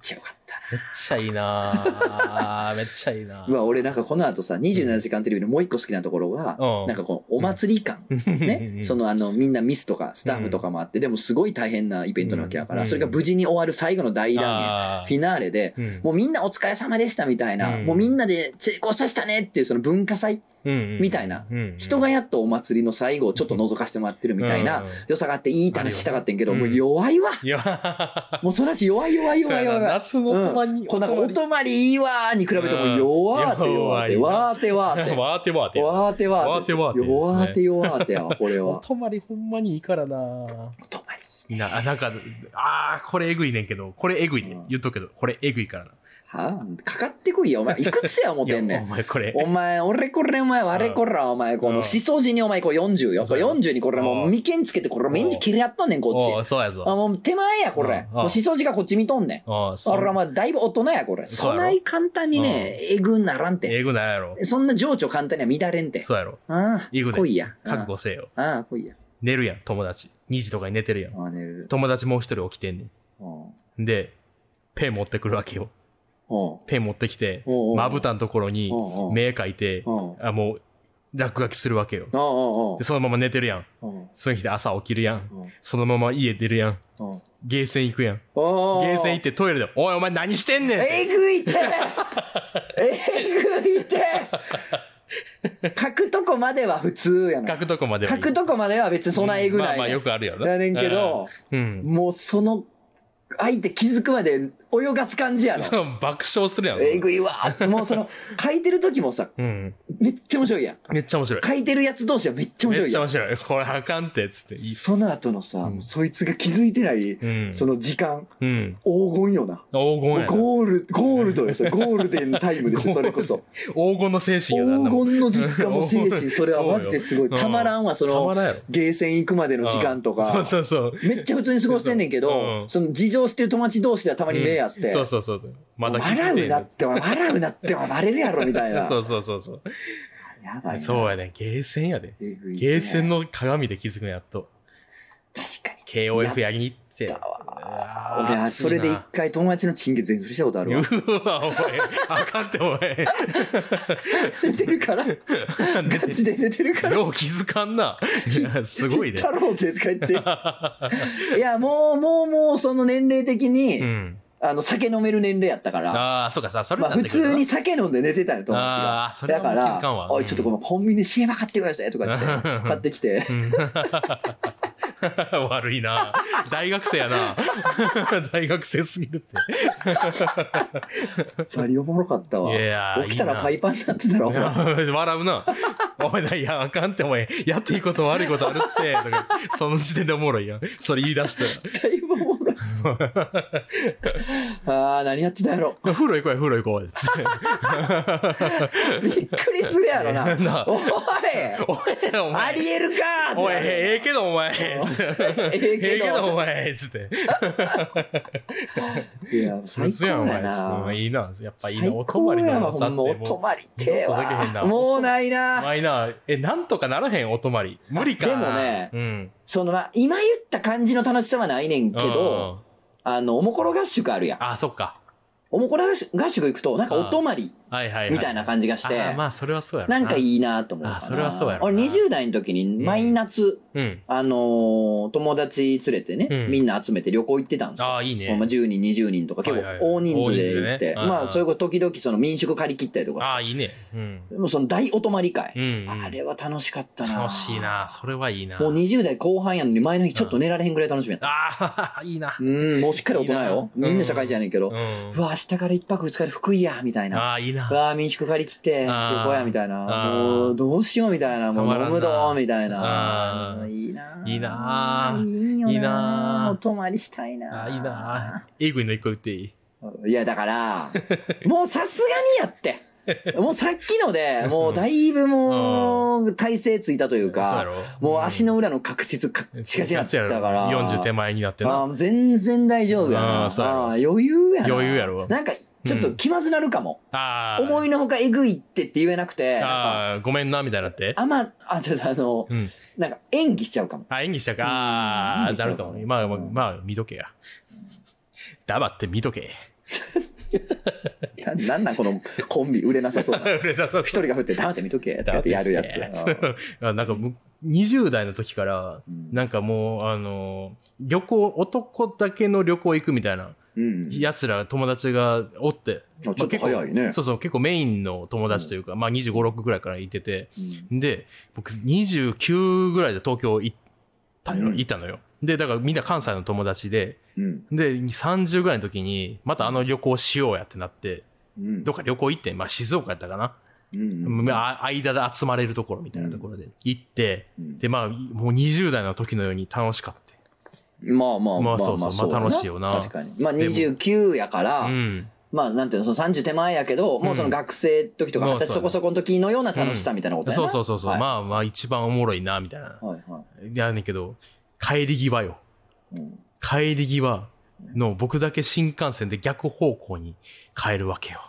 ちゃよかったな。めっちゃい いなぁめっちゃいいなぁうわ、俺なんかこの後さ、27時間テレビのもう一個好きなところが、うんなんかこう、お祭り感。ね、その、のあのみんなミスとかスタッフとかもあって、でもすごい大変なイベントなわけやから、うんそれが無事に終わる最後の大団あ円、ーフィナーレで、うんもうみんなお疲れ様でしたみたいな、うんもうみんなで成功させたねっていうその文化祭、うんみたいなうんうん人がやっとお祭りの最後をちょっと覗かせてもらってるみたいな、うんうん良さがあっていいって話したかってんけど、うんもう弱いわ。いや、もうそらし弱い弱 い弱いそうや弱。ない夏のう泊ん、まに、こうなんかお泊まりいいわーに比べても弱ーって弱ーって、うんわーってわーって。 わーてわーて。わーてわわーーてて。わーてですね弱ーて弱ーてやわ、これは。お泊まりほんまにいいからなぁお泊まり。な、なんか、あー、これえぐいねんけど、これえぐいねう。ん言っとくけど、これえぐいからな。はあ、かかってこいよ、お前。いくつや思てんいやねおん。前これ。お前、俺これお前、あれこら、お前、こうの、んしそじにお前、こう40よ。こそうれや40にこれもうう、ん眉間つけて、これ、メンチ切れやっとんねん、こっち。おうそうやあ、ぞ。もう手前や、これ。うんもうしそじがこっち見とんねん。おうそ俺はまあ、だいぶ大人や、これ。そうそやろない簡単にね、えぐんならんて。えぐないやろ。そんな情緒簡単には乱れんて。そうやろ。ああ、えぐ来で。いや。覚悟せよ。ああああ、来いや。寝るやん、友達。2時とかに寝てるやん。ああ、寝る。友達もう一人起きてんねん。うんで、ペン持ってくるわけよ。うんペン持ってきて、おうおうまぶたのところにおうおう目描いてう、ん。あもう落書きするわけよ。ああ、ああで、そのまま寝てるやん。うんその日で朝起きるやん。うんそのまま家出るやん。うんゲーセン行くやん。おーゲーセン行ってトイレで、おいお前何してんねんってえぐいてえぐいて書くとこまでは普通や書な。くとこまで書くことこまでは別にそんなえぐない、まあまあよくあるよな。やねんけど、うん。もうその、相手気づくまで泳がす感じやろ。そう爆笑するやん。そのえぐいわーもうその、書いてる時もさ、うん。めっちゃ面白いやん。めっちゃ面白い。書いてるやつ同士はめっちゃ面白めっいちゃや面ん。白い。これあかんって、つって。いいその後のさ、うんそいつが気づいてない、うん。その時間、うん。黄金よな。黄金やな。ゴール、ゴールドよ、それゴールデンタイム ですよ、それこそ。黄金の精神黄やなあんなもん。金の実家も精 神、それはマジですごい。そうよたまらんわ、そたまの、らんやろ。ゲーセン行くまでの時間とうんそうか。そうそう。めっちゃ普通に過ごしてんねんけど、うんその事情してる友達同士ではたまに目合って、そうそうそうそう。まだ笑うなって、笑うなってはバレるやろ、みたいな。そうそうそうそう。やばいな。そうやね。ゲーセンやで。えぐいねゲーセンの鏡で気づくのやっと。確かに。 KOF やりに行って。やったわ俺はそれで一回友達のチンゲ全振りしたことあるわ。うわ、お前。あかんって、お前。寝てる から。ガチで寝てるから。よう気づか んな。いやすごいね太。郎ぜって帰って。いや、もう、もう、もう、その年齢的に、 うん。あの、酒飲める年齢やったから、ああ、そうかさ、それまあ、普通にさ、酒飲んで寝てたよ、友達が。ああー、それだはもか、う気づからんわ。おい、ちょっとこのコンビニ CM 買ってくださいとか言って、うん買ってきて、うん 悪いな。大学生やな。 大学生すぎるって。 バリおもろかったわ。いやー起きたいいらなパイパンになってたら、お前笑うな。お前いや、あかんって、お前、やっていいこと悪いことあるって、とかその時点でおもろいやん。それ言い出 しただいぶおもろい。ああ、何やってたやろ。ら。風呂行こうや、風呂行こうや。つってびっくりするやろ いやなな。おいおい、おあ前。りえるかーおい、ええけど、お 前。つってええええけけどど、お前。つって。いや、最そう高やん、おや前。つっておな前。いいな。やっぱいい最な。お泊ま高りやのわ、ほさんま。お泊まりてえもう届けへんわ。なもうないな。マイナー、え、なんとかならへん、お泊まり。無理か。でもねうん。そのな、今言った感じの楽しさはないねんけど、うん、あの、おもころ合宿あるやん。あ、そっか。おもころ合宿合宿行くと、なんかお泊まりはいはい、はい。みたいな感じがしてあ、まあ、それはそうやろなんかいいなと思うかな。あそれはそうやろな俺20代の時に、毎夏、うん。あのー友達連れてね、うんみんな集めて旅行行ってたんですよ。ああ、いいねま。あ、10人、20人とか、結はいはい構大人数で大人数でね行って、うんうんまあ、それこそ時々その民宿借り切ったりとかああ、いいね。うん。して、もうその大お泊まり会う。ん、うん。あれは楽しかったな。楽しいな。それはいいな。もう20代後半やのに、前の日ちょっと寝られへんぐらい楽しみやった。あ あ、いいなう。ん、もうしっかり大人よ。いいなみんな社会人やねんけど、うんう。わ、明日から一泊二日で福井や、みたいな。ああ、いいうな。わ、民宿借り切って、旅あー行や、みたいな。あーもう、どうしよう、みたいな。もたまう、らん飲なむど、みたいなあ。ーいいな。いいないいよいいなな。お泊まりしたいあな。あ、いいな。えぐいの一個言っていいいや、だ から、もうさすがにやって。もうさっきので、もうだいぶ もう、体勢ついたというそうやか、ろもう足の裏の角質かっちかちになってたから。 40手前になってあな。ー全然大丈夫やな。あーそうやろあー余裕やな。余裕やろなんか、ちょっと気まずなるかも。ああ。思いのほかえぐいってって言えなくて、なんか、ああ、ごめんな、みたいになって。あんま、あ、ちょっとあの、うん。なんか演技しちゃうかも。あ、演技したか。うんああ、なるかも演技したね。まかあ、もまあ、まあ見とけや。黙って見とけ。ななんなんこのコンビ売れなさそう な。俺出さ一 人が振って黙って見とけってやってやるや つ。あなんかむ20代の時からうんなんかもうあの旅行男だけの旅行行くみたいなうん。やつら友達がおって、あちょっと早いねまあ結構そうそう結構メインの友達というか、まあ2 5 6ぐらいからいててうんで僕29ぐらいで東京行ったよ、うん行ったのよでだからみんな関西の友達でうん。で30ぐらいの時にまたあの旅行しようやってなってうんどっか旅行行って、まあ、静岡やったかなうんまあ間で集まれるところみたいなところで行って、うんでまあもう20代の時のように楽しかっまあまあまあそうそうまあ楽しいよな確かに。まあ29やかた。らう、ん。まあなんていうの、その30手前やけど、もうその学生時とかうん二十歳そこそこの時のような楽しさみたいなことやな。そうそうそうそう、はいまあまあ一番おもろいなみたいな。はいはいやねんけど帰り際よ。い。うん帰り際の僕だけ新幹線で逆方向に帰るわけよ。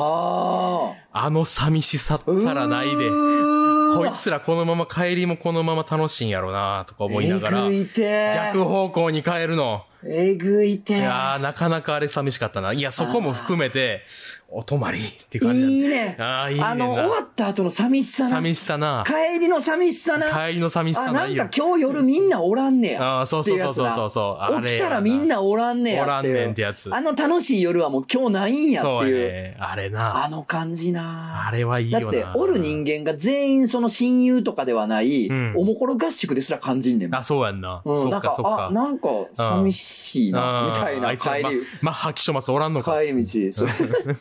ああ。あの寂しさったらないうで。ーこわいつらこのまま帰りもこのまま楽しいんやろうなとか思いながらえぐ。いて。逆方向に帰るの。えぐいて。いやー、なかなかあれ寂しかったな。いや、そこも含めて、お泊まりって感じだったいいね。ああ、いいねんな。あの、終わった後の寂しさな。寂しさな。帰りの寂しさな。帰りの寂しあ、さななんいかよ。今日夜みんなおらんねや。ああ、そうそうそうそうそうそう。あれ起きやたらみんなおらんねおやらっんていねんうって。やつ。あの楽しい夜はもう今日ないんやっそてういう。やね。あれな。あの感じあなれはいいだっよな。て、おる人間が全員その親友とかではない、うんおもころ合宿ですら感じんねんもん。あ、そうやんな。うん、そなんっかかそっあ、か。なんか寂ししいな。あみーたいあな。いつら帰り、マッハ気象松おらんのか。帰り道。そ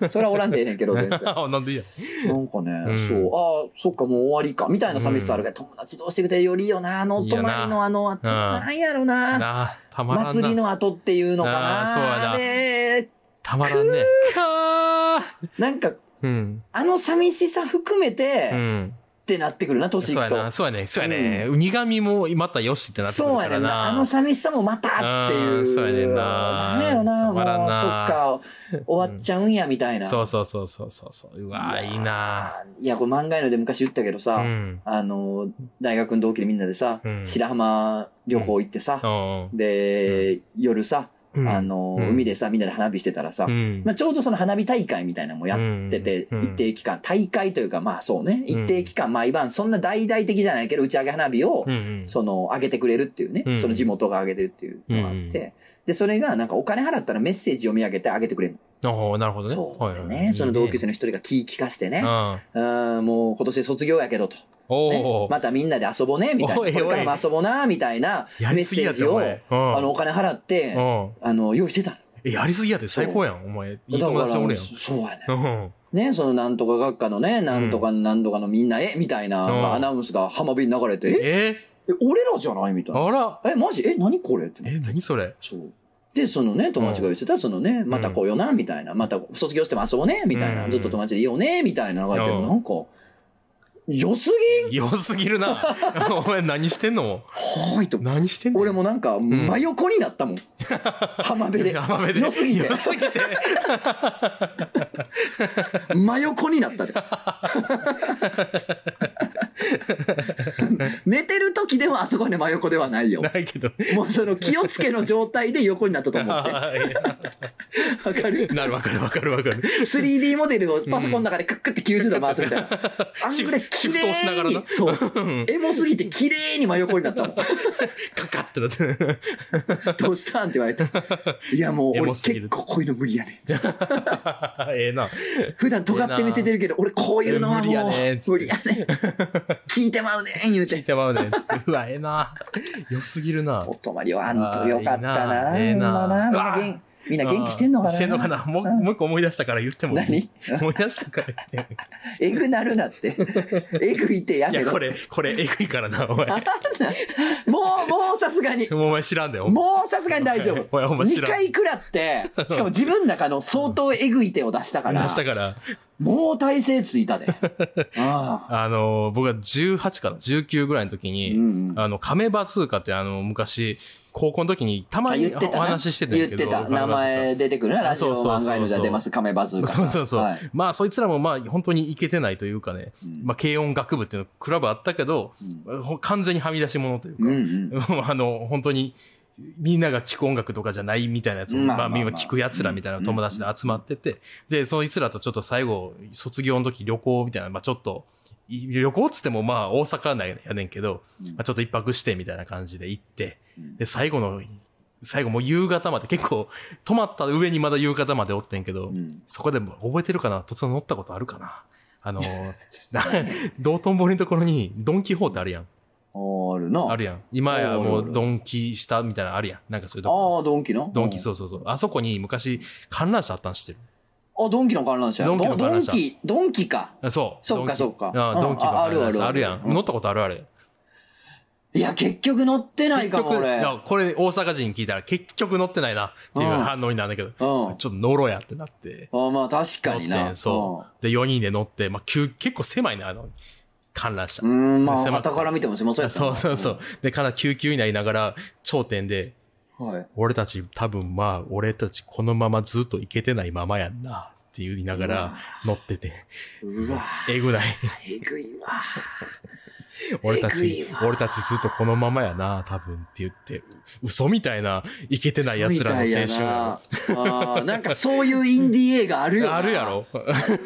それは おらんでええねんけど、全 然。あなんでいいや。なんかね、んそう、ああ、そっか、もう終わりか、みたいな寂しさあるけど、友達同士でくれよりいいよな、あの、お泊まりのあの、あと、うんなんやろな、なあ、たまらんな。祭りの後っていうのかな、あーそうやなあれたまらんね。あーなんか、うん。あの寂しさ含めて、うっん。てなってくるな、年いそうくやと。な、そうやね、そうやね。苦味もまたよしってなってくるそうかやねらんな。な。あの寂しさもまたっていうう。んそうやねんなダメよな。たまらんなもう、そっか。終わっちゃうんや、みたいな。そうそうそうそうそうそう。うわーいいな。いや、これ漫画ので昔言ったけどさ、うん。あの、大学の同期でみんなでさ、うん白浜旅行行ってさ、うんで、夜さ、うん。あの、うん海でさ、みんなで花火してたらさ、うん、まあ、ちょうどその花火大会みたいなのもやってて、うん一定期間、大会というか、まあそうね、うん一定期間、毎晩、そんな大々的じゃないけど、打ち上げ花火を、うんうん、その、上げてくれるっていうね、うんその地元が上げてるっていうのがあって、で、それが、なんかお金払ったらメッセージ読み上げて上げてくれるおーなるほの。どね。そうはいではいね、その同級生生の一人が気聞かしてねね。う、ん。うん、もう今年で卒業やけどと。ねおお、またみんなで遊ぼうね、みたいな。おいおいこれからも遊ぼうな、みたいなメやりッすセぎーやで、ジおを、前。あの、うお金払って、ん。うん。あの、用意してたの。えやりすぎやで、最高やん、お前。いい友達だかおらるやそうやね。ん。うん。ね、そのなんとか学科のね、なんとかなんとかのみんな、えみたいな、うんまあアナウンスが浜辺に流れて、えええ俺らじゃないみたいな。あら、え、マジえ、何これってな。え、何それ。そう。で、そのね、友達が言ってた、そのね、また来ような、みたいな。また卒業しても遊ぼうね、みたいな。うんずっと友達でいようね、みたいな流れてうる。んなんか、良すよすぎ るな。お前何してんのぎはいと。何してんの俺もなんか、真横になったも ん。浜辺で。浜辺で。良すぎて良。すぎて。真横にな ったで。寝てる時でもあそこね真横ではないよ。 ないけど。もうその気をつけの状態で横になったと思 って。わかるなるわかるわかるわかる。 ?3D モデルをパソコンの中でクックって90度回すみたいな。あんシぐフらトい綺シフト押しな麗がらにな。そう。うんエモすぎて綺麗に真横になったもん。カカってなって。 どうしたんって言われて。いやもうエ俺モすぎ結る構こういうの無理やね。ええな。普段尖って見せてるけど、俺こういうのはもう無理やね無理やね。聞いてまうねん言うて。手間をね、つって。うわ、ええな。良すぎるなお。泊まりはあんとよかったな。あーいいなほんまなええなみんな元みんな元気してんのかあなーしてんのかなもう、もう一個思い出したから言ってもいい。何思い出したから言 ってもえぐなるなって。 えぐいってやいい。めいや、ろ。こもれ、これ、えぐいからな、お前。う、もうさすがに。もうお前知らんだよ。もうさすがに大丈夫。 お前お前知2らん回くらって、しかも自分の中の相当えぐい手を出したか出ら、したから、もう体勢つい たで。ああ。あの、僕は18かな、19ぐらいの時うに、んうんあの、カメバツーカって、あの、昔、高校の時にたまあに言ってたねお話ししてたんや言っけてど。た。カメ名バズーカ前出てくるな。ラジオそうそうそうそ漫う画犬じゃ出ます。亀バズーカさそん。うそうそう。はいまあ、そいつらもまあ、本当にいけてないというかね、うんまあ、軽音楽部っていうの、クラブあったけど、ほ完全にはみ出し者というか、うんうん。もう あの、本当に、みんなが聴く音楽とかじゃないみたいなやつを、ままああ、まあまあみんな聴く奴らみたいな友達で集まってて、で、そいつらとちょっと最後、卒業の時旅行みたいな、まあちょっと、い旅行っつってもまあ大阪なんやねんけど、うんまあちょっと一泊してみたいな感じで行って、うんで、最後の、最後もう夕方まで結構、泊まった上にまだ夕方までおってんけど、うんそこでも覚えてるかな突然乗ったことあるかなあの、 な道頓堀のところにドン・キホーテあるやん。あるな。あるやん。今やあもるあるうドンキしたみたいなのあるやん。なんかそういうとこ。ああ、ドンキのドンキ、うそうそうそう。あそこに昔観覧車あったん知ってるん。あ、ドンキの観覧車。ドドンキンの観覧車ドンキ、ドンキか。あ。そう。そうかドンキそうかあうんドンキのああ観るある覧車あるやん。うん乗ったことあるあれ。いや、結局乗ってない結かも、局、い俺。やこれ大阪人に聞いたら結局乗ってないなっていううん反応になるんだけど、ちうん。ょあっと乗ろうやってなって。ーまあ、確か乗っにな。て、そう。で、4人で乗って、まあ、急結構狭いね、あの、観覧車う。ん。うーん、まあ、狭くて傍から見ても狭そうやったそなうそうそう。で、かなり救急になりながら、頂点で、うん。はい。俺たち多分まあ、俺たちこのままずっといけてないままやんな、って言いながうわら乗ってて、うわえぐない。 えぐいわ。俺たえちぐいわ、俺たちずっとこのままやな、多分って言って、嘘みたいな、いけてない奴らの青そうみ春たいややな。あーなんかそういうインディー映画あるよろ。な。あるやろ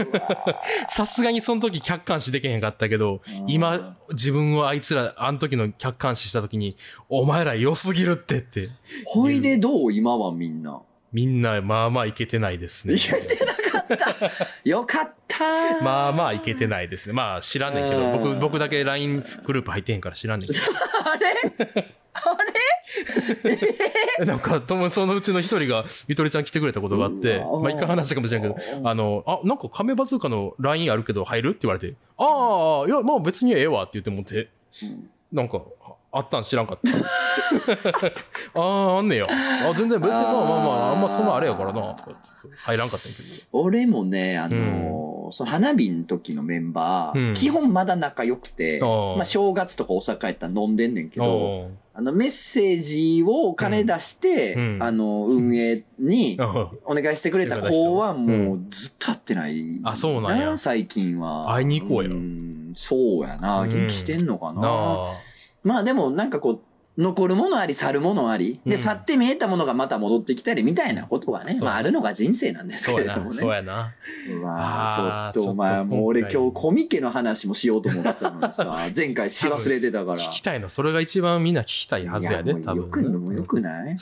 さすがにその時客観視できへんかったけど、今、自分はあいつら、あの時の客観視した時に、お前ら良すぎるってって、ほいでどう今はみんな。 みんな、まあまあいけてないですね。いけてなかっったよかったまあまあ、いけてないですね。まあ、知らんねんけうど、ん僕、僕だけ LINE グループ入ってへんから知らんねんけあれど。なんか、ともそのうちの一人が、ゆとりちゃん来てくれたことがあって、うわまあ一回話したかもしれんけどう、んあの、あ、なんか亀バズーカの LINE あるけど入るって言われて、ああ、いや、まあ別にええわって言ってもって、なんか、あったん知らんかった。あ あ、あんねや。あ全然別にまあまあまあ、あんまそんなあれやからな、とかって、そう入らんかったんやけど。俺もね、あのーその花火の時のメンバー、うん基本まだ仲良くて、あーまあ正月とか大阪やったら飲んでんねんけど、おーあのメッセージをお金出して、うんうんあの、運営にあお願いしてくれた子はもうずっと会ってない。あそうなんや最近は。会いに行こうやんそうやな。うん元気してんのかーなな。あ。まあでもなんかこう、残るものあり、去るものあり。うで、ん去って見えたものがまた戻ってきたりみたいなことはね、そうまああるのが人生なんですけそうれやどもな、ね。そうやな。まああ、ーちょっとお前、ちょっと今回もう俺今日コミケの話もしようと思ってたのにさ、前回し忘れてたから。 聞きたいの、それが一番みんな聞きたいはずやで、いも多うよく、分。もうよく ない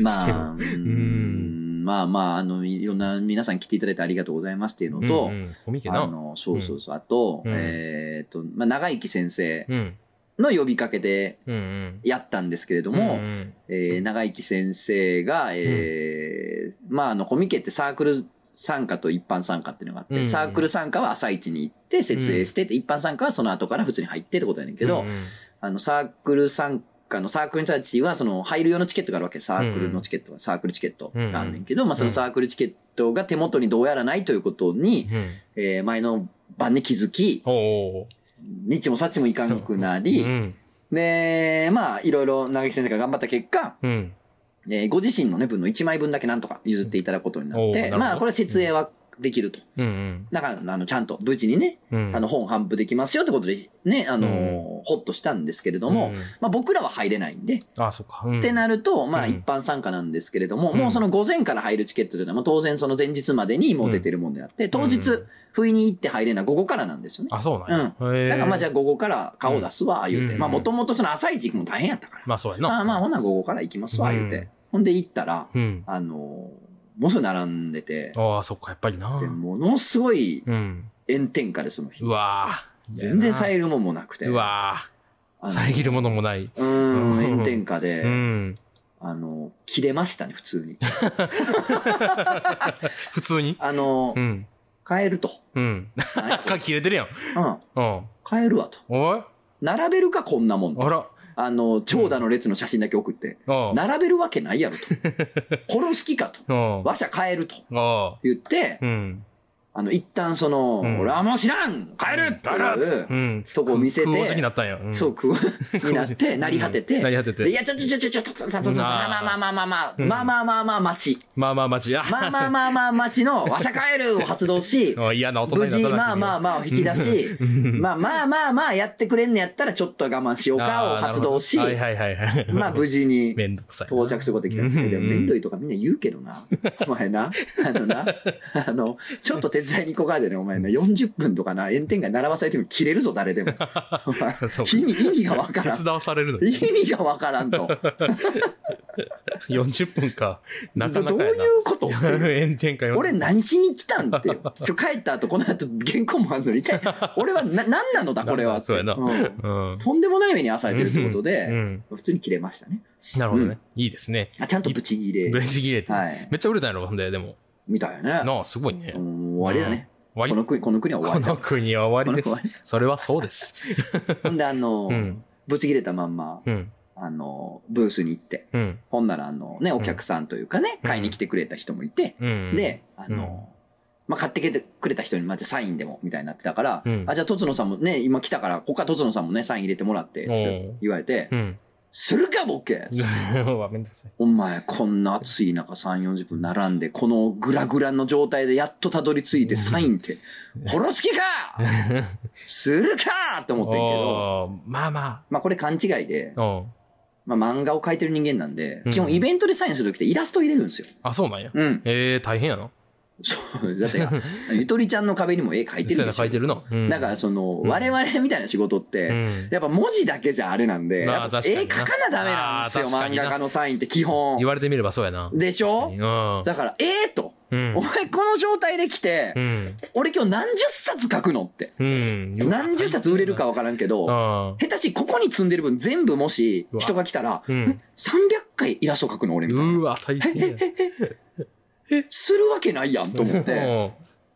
まあ、うーんまあまあ、あの、いろんな皆さん来ていただいてありがとうございますっていうのとうん、うん、コミケあな。の、そうそうそう、あと、うんえっと、まあ、長生き先生うん、の呼びかけでうん、うん。やったんですけれどうも、んえー長生き先生が、えーまあ、あの、コミケってサークル参加と一般参加っていうのがあって、うんうんサークル参加は朝一に行って設営してて、一般参加はその後から普通に入ってってことやねんけど、うんうんあの、サークル参加のサークルの人たちは、その、入る用のチケットがあるわけ。サークルのチケットが、サークルチケットがあんねんけど、まあ、そのサークルチケットが手元にどうやらないということに、うん、えー前の晩に気づき、おお。日もさっちもいかんくなり、うん、で、まあ、いろいろ長木先生が頑張った結果、うん、えーご自身のね、分の1枚分だけなんとか譲っていただくことになおっーなるて、ほどまあ、これは設営はできると。うん、だから、あの、ちゃんと無事にね、うん。あの、本頒布できますよってことで、ね、あのーほっとしたんですけれども、うん、まあ、僕らは入れないんで、あ、そっか。うんってなると、まうあん一般参加なんですけれども、うんもうその午前から入るチケットというのは、もう当然その前日までにもう出てるもんであって、当う日ん、不意に行って入れるのは午後からなんですよね。あ、そうなんや。へーだからまあじゃあ午後から顔出すわ、言うて。うんまあもともとその朝一行くの大変やったから。まあ、そうやな。まあまあほな午後から行きますわ、言うて。うんほんで行ったら、うん。あのーものすごい並んでて、ああ、そっか、やっぱりなで。ものすごいうん。炎天下でその日う。わー全然遮るもんもなくて。うわあーの遮るものもない。う、うんん炎天下で。うん。あのー、切れましたね、普通に。普通に。あのうー、ん。帰ると。うん。なんかか、切れてるやん。うん、うん。帰るわと。おい並べるか、こんなもんあと。ら。あの、長蛇の列の写真だけ送って、ああ。並べるわけないやろと。これを好きかと。うん。わしゃ帰るとああ。言って、うん。あの、一旦その、うん俺はもう知らん帰るっていうう、ん。とこ見せて食おう好きになったんや。んそう、。くわ、になって、なり果てうんて、なり果てでいて。や、ちょちょちょちょちょちょちょちょちょ、うんまあまあまあまあまあ、うんまあまあまあまあ、待ち。まあまあ、マジや。まあまあまあまあ、待ちの、わしゃ帰るを発動し、あ嫌な大人無になっ事、たな。まあまあまあを引き出し、君まは、あまあまあまあやってくれんのやったらちょっとは我慢しようかをあー発動し、なるほどはいはいはいはい。まあ無事に めんどくさいな。到着することができたんですけど、うんめんどいとかみんな言うけどな。お前 な、あのな、あの、ちょっと手伝いに行こうかでね、お前な、40分とかな、炎天下に並ばされても切れるぞ、誰 でも。お前そう意味、意味がわから手ん。伝わされるの意に。味がわからんと。 40分か。なかなどどかうやいな。うこと 炎天下40分俺何しに来たんってよ。今日帰った後、この後原稿もあるのに、 一体俺はな、何なのだ、これは。そうやなんうん。とんでもない目に遭わされてるってことうで、ん。普通に切れましたね。なるほどね。いいですね。あちゃんとブチ切れ。ブレーキ切れて。はい。めっちゃ売れたんやろ、ほんで、でも。みたいなね。なあ、すごいねう。ん、終わりだね。終こわの国、この国はり。終こわりだの国は終わりでこのす国。それはそ うです。ほんで、あのう、ん。ぶち切れたまんま、うん。あの、ブースに行って、うん。ほんなら、あの、ね、お客さんというかね、うん買いに来てくれた人もいて、うん。で、あの、まあ、買ってきてくれた人に、まあ、じゃあサインでも、みたいになってたから、うんあ、じゃあ、とつのさんもね、今来たから、ここはとつのさんもね、サイン入れてもらって、って言われて、うん。するか、ボケうん。 うわ、めんどくさい。お前、こんな暑い中、3、40分並んで、このグラグラの状態でやっとたどり着いてサインって、この好きかするかって思ってんけど、あーまあままあ、これ勘違いで、あ。うん。まあ、漫画を描いてる人間なんで、うん基本イベントでサインするときってイラスト入れるんですよ。あ、そうなんや。うん。ええ、大変やな。そう、だって、 ゆとりちゃんの壁にも絵描いてそうるでやなしょ書いてるな。うんだからその、うん我々みたいな仕事って、うんやっぱ文字だけじゃあれなんで、まあやっぱ確か絵に描なかなダメなんですよ、あー確か漫にな画家のサインって基本言。われてみればそうやな。でしょうん。だから、えーと、うんお。前この状態で来て、うん。俺今日何十冊書くのって。うん。何十冊売れるか分からんけど、うん。下手しここに積んでる分全部もしうわ人が来たら、うえん300回イラスト描くの俺みたいな。うわ、大変や。するわけないやん と思って、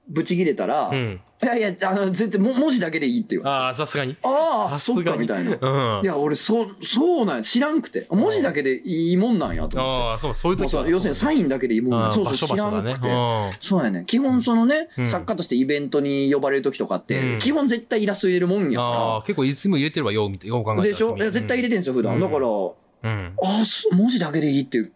ブチ切れたら、ういん。やいや、あの、全然も文字だけでいいって言われてああ、さすがに。ああ、さすそがっにかみたいな。いうん。や、俺、そう、そうなんや知らんくて。文字だけでいいもんなんやと思って。ああ、そう、そういうもう時さは要するにサインだけでいいもんなんあーそう場そ所う、知ら場所だんねくて。そうやね。基本そのねう、ん作家としてイベントに呼ばれる時とかっうてん、基本絶対イラスト入れるもんうん。やああかー、結構いつも入れてるわ、よう見て、よう考えたら。らでしょいや絶対入れてんすよ、普う段。んだから、あうん。あ、そう文字だけでいいって、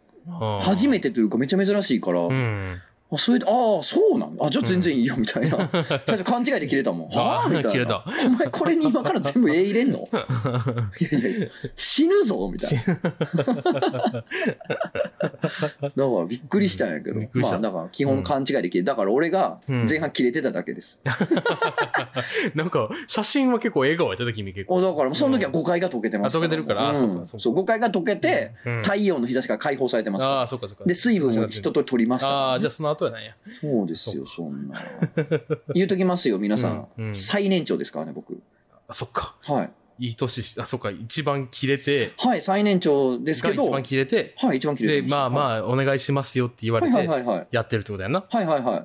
初めめてというかめちゃ珍しいから、うん。あそれで、ああ、そうなんあ、じゃあ全然いいよ、みたい な。最初勘違いで切れたもん。はあみたいな。切れた。お前これに今から全部絵入 れんのいやいやいや、死ぬぞみたい な。だからびっくりしたんやけどびっく。りしまたあだから基本勘違いできる。だから俺がうん前半切れてただけです。なんか、写真は結構笑顔やった時に結構。おだからもうその時は誤解が解けてますあ解けてるからあうんそうかそうかそう、誤解が解けて、うん、太陽の日差しから解放されてますかあら。あ、そうかそうか。で、水分を人と取りましたからね。ああ、じゃあその後やなんや。そうですよ、そんな。言うときますよ、皆さん。うんうん最年長ですからね、僕。あそっか。はい。いい年し、あ、そっか。一番切れて、はい、最年長ですがけど。一番切れて、はい、一番切れで、てましたまあまあ、お願いしますよって言われはいはて、いはいはい。やってるってことやんな。はいはいはい。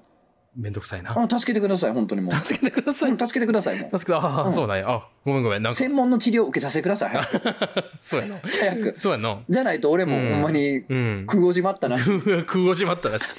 めんどくさいな。あの、助けてください、本当にもう。うん助けてください。助けてください、も助けて、あうあ、んそうなんや。あ、ごめんごめん。なんう。か、専門の治療を受けさせてください、早くそうやな。早く。そうやな。じゃないと俺もうんほんまにうん。空をじまった な。空をしまったらし。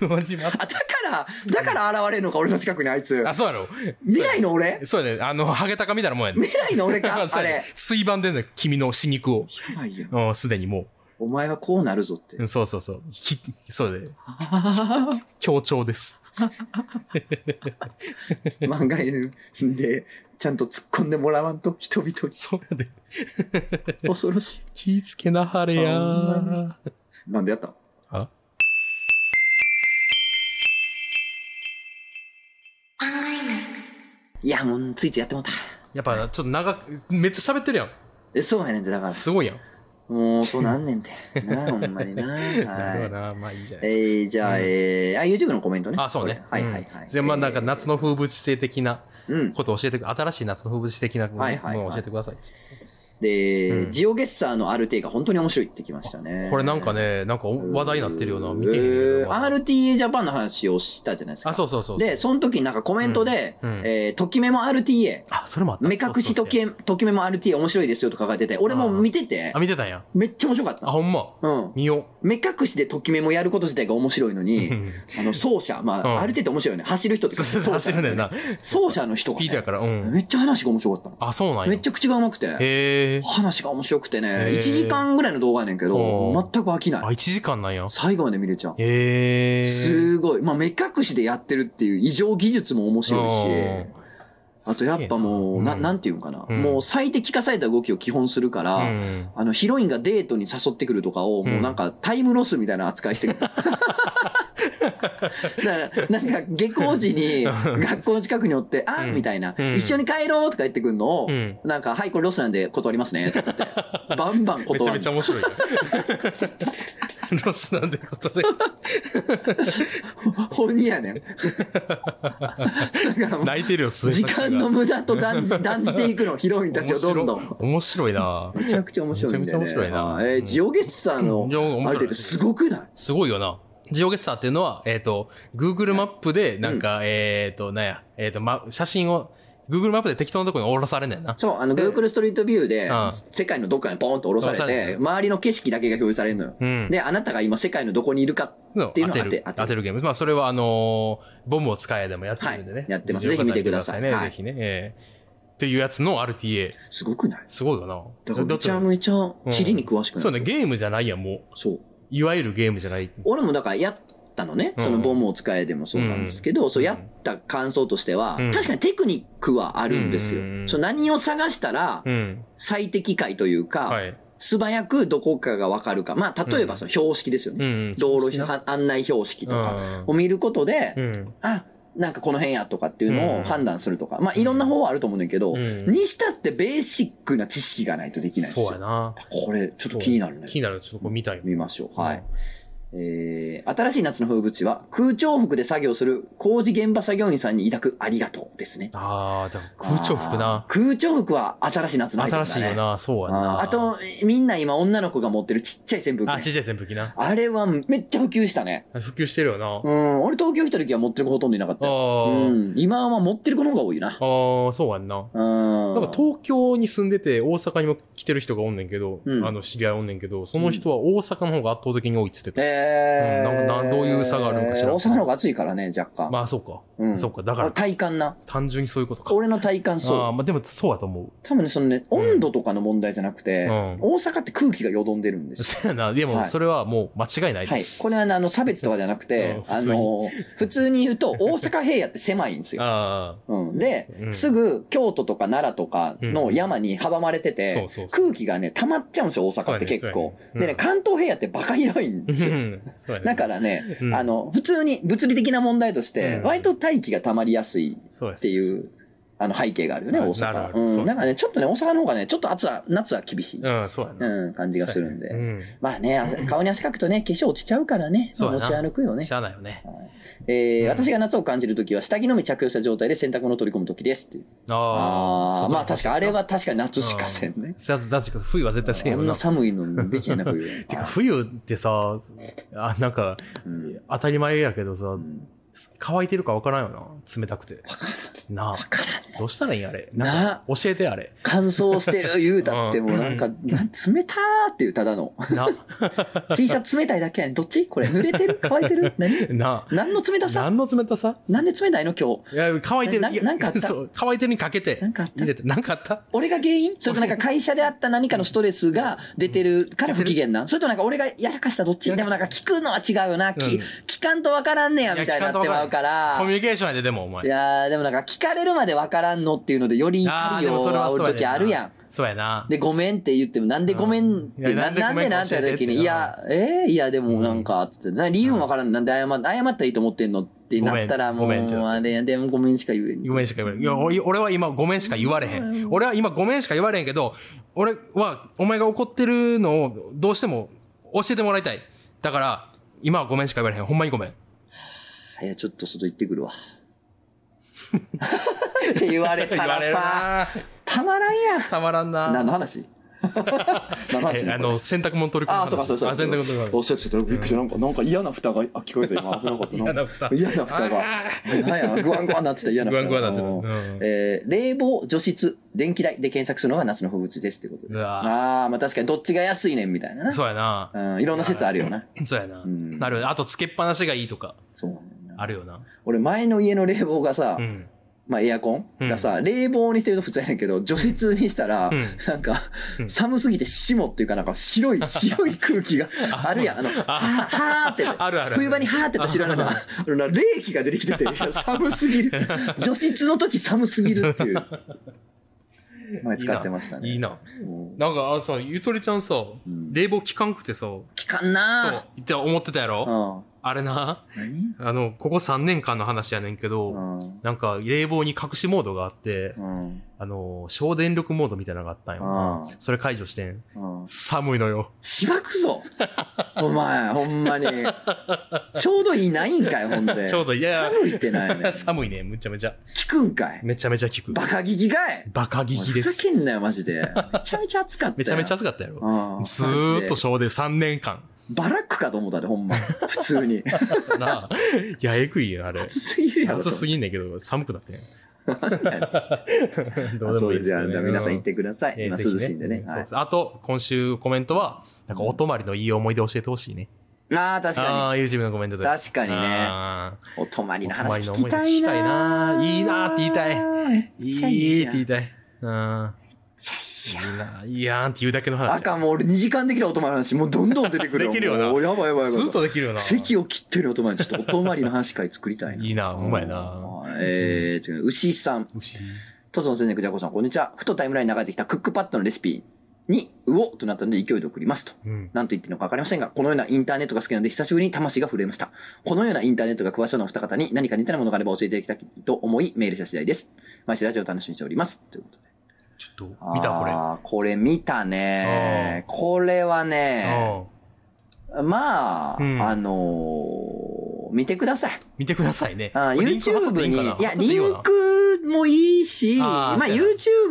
空をしまっあ、だから、だから現れるのか、俺の近くにあいつた。。あ、そうやろ。未来の俺そうやね。あの、ハゲタカみたいなもんやね。 未来の俺か、 そあうやれね。。水盤でね、君の死肉を。やばいよ。うん、すでにもお前はこうなるぞって う。う。んそうそうそう。ひ、そうで、あ強調です。ー漫画犬で、ちゃんと突っ込んでもらわんと、人々にそうやで。恐ろしい。気ぃつけなはれほやんまー。なんでやったあいや、もう、ついついやってもうた。やっぱ、ちょっと長く、めっちゃ喋ってるやん。えそうやねんて、だから。すごいやん。もう、そうなんねん て。なあ、ほんまにな。なるはほいど。な。まあいいじゃないえー、ですか。じゃあ、うんえー、あ、YouTube のコメントね。あ、そうね。これはいはいはい。うんで、まあなんか夏の風物詩的なえー。うん。ことを教えてく、新しい夏の風物詩的なもはいはいはいのを教えてくださいっつって。で、うんジオゲッサーの RT が本当に面白いってきましたね。これなんか、ね、なんかお話題になってるような、見てへんける。ど。 RTA ジャパンの話をしたじゃないですか。あ、そうそうそう。で、その時になんかコメントで、うんうんえー、ときめも RTA、あ、それもあった。目隠しそとうそうそうきときめも RTA 面白いですよとか書いてて、俺も見ててあ、、見てたんや。めっちゃ面白かったあ、。ほんま。うん。見よ目隠しでときめもやること自体が面白いのう。うに、んあの、走者、まうんあ、ある程度面白いよね。走る人って そうそうそう走るんだよ。な。走者の人スがピードやね、から、うん。めっちゃ話が面白かったの。あ、そうなんや。めっちゃ口がうまくて、へえ。話が面白くてへね、ー1時間ぐらいの動画やねんけど、おー全く飽きあ、ない。 1時間なんや。最後まで見れちゃう。へえ。すごい。まあ、目隠しでやってるっていう異常技術も面白いうんし、あとやっぱもう、な、なんていうんかな。うんもう最適化された動きを基本するから、うんあの、ヒロインがデートに誘ってくるとかを、もうなんかタイムロスみたいな扱いしてくる。 だからなんか下校時に学校の近くにおって、あうんみたいな、うん一緒に帰ろうとか言ってくるのを、うんなんか、はい、これロスなんで断ります ね、とかって、バンバンめちゃ断めるちゃ。面白い。ロスなんでこと で。鬼やねん。だからもう、泣いてるよ、末時崎さん間がの無駄と断 じ断じていくの、ヒロインたちをどんどん。面白い面白いなめちゃくちゃ面白いんだよね。めちゃめちゃ面白いなはいえージオゲッサーのうんジオ面白い相手ってすごくないすごいよな。ジオゲスターっていうのは、えっ、と、Google マップで、なんか、えっ、と、なんや、えっ、と、ま、写真を、Google マップで適当なところに降ろされんねんな。そう、あの、Google ストリートビューでうん、世界のどっかにポーンと下ろされ下ろされて、て周りの景色だけが表示されるのよ。うん。で、あなたが今世界のどこにいるかのっていうのを当当ててるる。当当ててるるゲーム。まあ、それは、あのーボムを使えでもやってるんでね。はいやってますよかぜらひ見てくださいね、はいぜひね。えーっていうやつの RTA。すごくないすごいよな。だからめちゃだっめちゃ地理に詳しくてなそうい、ね、ゲームじゃないやん、もう。そう。いわゆるゲームじゃない。俺もだからやったのね。うんそのボムを使えでもそうなんですけど、そうやった感想としては、うん確かにテクニックはあるんですよ。うんそう何を探したらうん。最適解というか、はい。素早くどこかがわかるか。まあ、例えばその標識ですよね。うん。道路は案内標識とかかを見ることで、うん。あ、なんかこの辺やとかっていうのうをん判断するとか。まあ、いろんな方法あると思うねんだけど、うんにしたってベーシックな知識がないとできないですそうやよ。な。これ、ちょっと気になるね気。になる。ちょっとこれ見たい。見ましょう。はい。えー、新しい夏の風物詩は、空調服で作業する工事現場作業員さんに委託ありがとうですね。ああ、でも空調服なあ。ー。空調服は新しい夏のアイテム新だね。しいよな。そうやあーな。あ、と、みんな今女の子が持ってるちっちゃい扇風機、あ、ちっね。ちゃい扇風機な。あれはめっちゃ普及したね。普及してるよな。うん。俺東京来た時は持ってる子ほとんどいなかったよ。うあん。今は持ってる子の方が多いな。あ。ああ、そうやんな。うん。なんか東京に住んでて大阪にも来てる人がおんねんけど、うんあの知り合いおんねんけど、その人は大阪の方が圧倒的に多いっつってた。えーうんなんかなんどういう差があるのか知らん大阪の方が暑いからね、若干。まあそうか。うんそうか。だから体感な。単純にそういうことか。俺の体感そうああ。まあでもそうやと思う。多分ね、そのね、うん温度とかの問題じゃなくて、うん 大阪って空気がよどんでるんですよ。そうやな。でもはいそれはもう間違いないはでい。す。これはね、あの、差別とかじゃなくて、うんあ普通にの、普通に言うと、大阪平野って狭いんですよ。あうん。で、あ、うんすぐ京都とか奈良とかの山に阻まれてて、そうそうそう空気がね、溜まっちゃうんですよ、大阪って結構。そうでやね、ね関東平野ってバカ広いんですうよ。んそうやねだからね、うんあの、普通に物理的な問題として、うん割と大気が溜まりやすいそうやっていう、あの背景があるよね、あ大なる阪あ。るうそん。うなんかね、ちょっとね、大阪の方がね、ちょっと暑は、夏は厳しい、うん、そうやな。うん、感じがするんで。うん。まあね、汗顔に汗かくとね、化粧落ちちゃうからね、そうや持なち歩くよねし。ゃあないよね。えーうん私が夏を感じるときは、下着のみ着用した状態で洗濯物を取り込むときですっていう。ああああ、そうだ。まあ確か、あれは確かに夏しかせんね。だ。だって冬は絶対せんこよんなな。寒いのにできへんな、冬。 てか冬ってさ、あなんか、うん当たり前やけどうさ、ん乾いてるかわからんよな冷たくてなあわからん。どうしたらいいんあれななんか教えてあれ乾燥してる言うたって、もうなんか、うなん冷たーっていう、ただ の。な T シャツ冷たいだけやねん。どっちこれ、濡れて る乾いてる何な何の冷たさ何の冷たさなんで冷たいの今日。いや乾いてるないやなんかあったそう乾いてるにかけてなんかあった入れてなんかあった俺が原因それとなんか会社であった何かのストレスが出てるから不機嫌なんそれとなんか俺がやらかしたどっちやでらもかなんしたか聞くのは違うよな。うきん聞かんとわからんねやみたいになってまうかコミュら。ニケーションやででもお前いやーでもなんか聞かれるまでわからんのっていうのでより怒りを煽るときあるやんん。そうやなで、ごめんって言っても、なんでごめんって、うんないやななんんででなんて言った時に、ごいめんかや、えーいや、でもなんか、つって、な理由もわからん、なんで謝謝ったらいいと思ってんのってなったら、もごう、めんごめんってなってあれや、でもごめんしか言えん。ごめんしか言われんいやおい俺は今ごめんしか言われへん俺は今ごめんしか言われへんけど俺はお前が怒ってるのをどうしても教えてもらいたいだから今はごめんしか言われへんほんまにごめんいや、ちょっと外行ってくるわ。って言われ たらさ、たまらんやん。たまらんな何の 話何の話えあの洗濯物取り込あむ話あ、そうか、そうそう。あ洗濯物取り込むおそうそうそうびっくりした。なんか、なんか嫌な蓋が、あ、聞こえた、今。危なかったな。嫌な蓋嫌な蓋が。なんや、グワングワンなってた嫌なグ蓋ワが。ングワなってたうんうんえー冷房、除湿、電気代で検索するのが夏の風物詩ですってことで。うわああ、まあ確かにどっちが安いねんみたいなな。そうやなうん、いろんな説あるよな。そうやなうんなるよねあとつけっぱなしがいいとかそうなんだよなあるよな俺前の家の冷房がさ、うんまあエアコンがさ、冷房にしてると普通やねんけど、除湿にしたら、うんなんか、うん寒すぎて霜っていうかなんか白 い、白い空気があるやん。あの、ははーって。あるある冬場にはーってやった白いのが、あのな冷気が出てき てて、いや寒すぎる。除湿の時寒すぎるって いう。前使ってましたね。いいなうんなんかあさゆとりちゃんさん冷房効かんくてさそ聞かんなうって思ってたやぁ。ろうんあれな何あのここ3年間の話やねんけうどんなんか冷房に隠しモードがあってうんあの省電力モードみたいなのがあったんよなうんそれ解除してんうん寒いのよしばく ぞお前、ほんまに。ちょうどいないんかい、ほんで。ちょうどいや寒いってない ねん。聞寒いねむちゃめちゃくんかい。めちゃめちゃ効くバカ聞きかい。バカお聞前きふでざすけんなよ、マジで。めちゃめちゃ暑かったよ。めちゃめちゃ暑かったやろうん。ずーっとマジで小で3年間。バラックかと思ったで、ほんま。普通に。なあ。いや、えぐいよ、あれ。暑すぎるやろ。暑すぎんねんけど、寒くな ってん。どあうでそもういいで。じですすけゃどあ、ねじゃあ皆さん行ってください。えー今ぜひ涼しいんでね。そうはいですあと、今週コメントは、なんかお泊まりのいい思い出教えてほしいね。ああ、確あかあ、YouTube のコメントに。で。確かにね。あーお泊まりのお泊ま話りの聞思きい出た聞いきたいななー。ーいいなーって言いたいめっいちゃいいいって言いたい。うん。いいな。いやーんって言うだけの話。赤もう俺2時間できるお泊まりの話もうどんどん出てくるできるよなもうやばいやばいやばずいっとできるよな。席を切ってるお泊まりちょっとお泊まりの話会作りたいないいなほんまやなうんえー、次牛さん牛とつの先生くじゃこさんこんにちはふとタイムラインに流れてきたクックパッドのレシピに、うおっとなったので勢いで送りますと。うん。なんと言っていいのか分かりませんが、このようなインターネットが好きなので、久しぶりに魂が震えました。このようなインターネットが詳しそうなお二方に何か似たようなものがあれば教えていただきたいと思い、メールした次第です。毎週ラジオを楽しみにしております。ということで。ちょっと、見たこれ。あーこれ見たね。これはね、うんまあ、うんあのー見てください。見てくださいね。あこれリンク貼っとっ YouTube てに、いかないや、貼っとっていリいよンなクもいいし、あーまあそうやな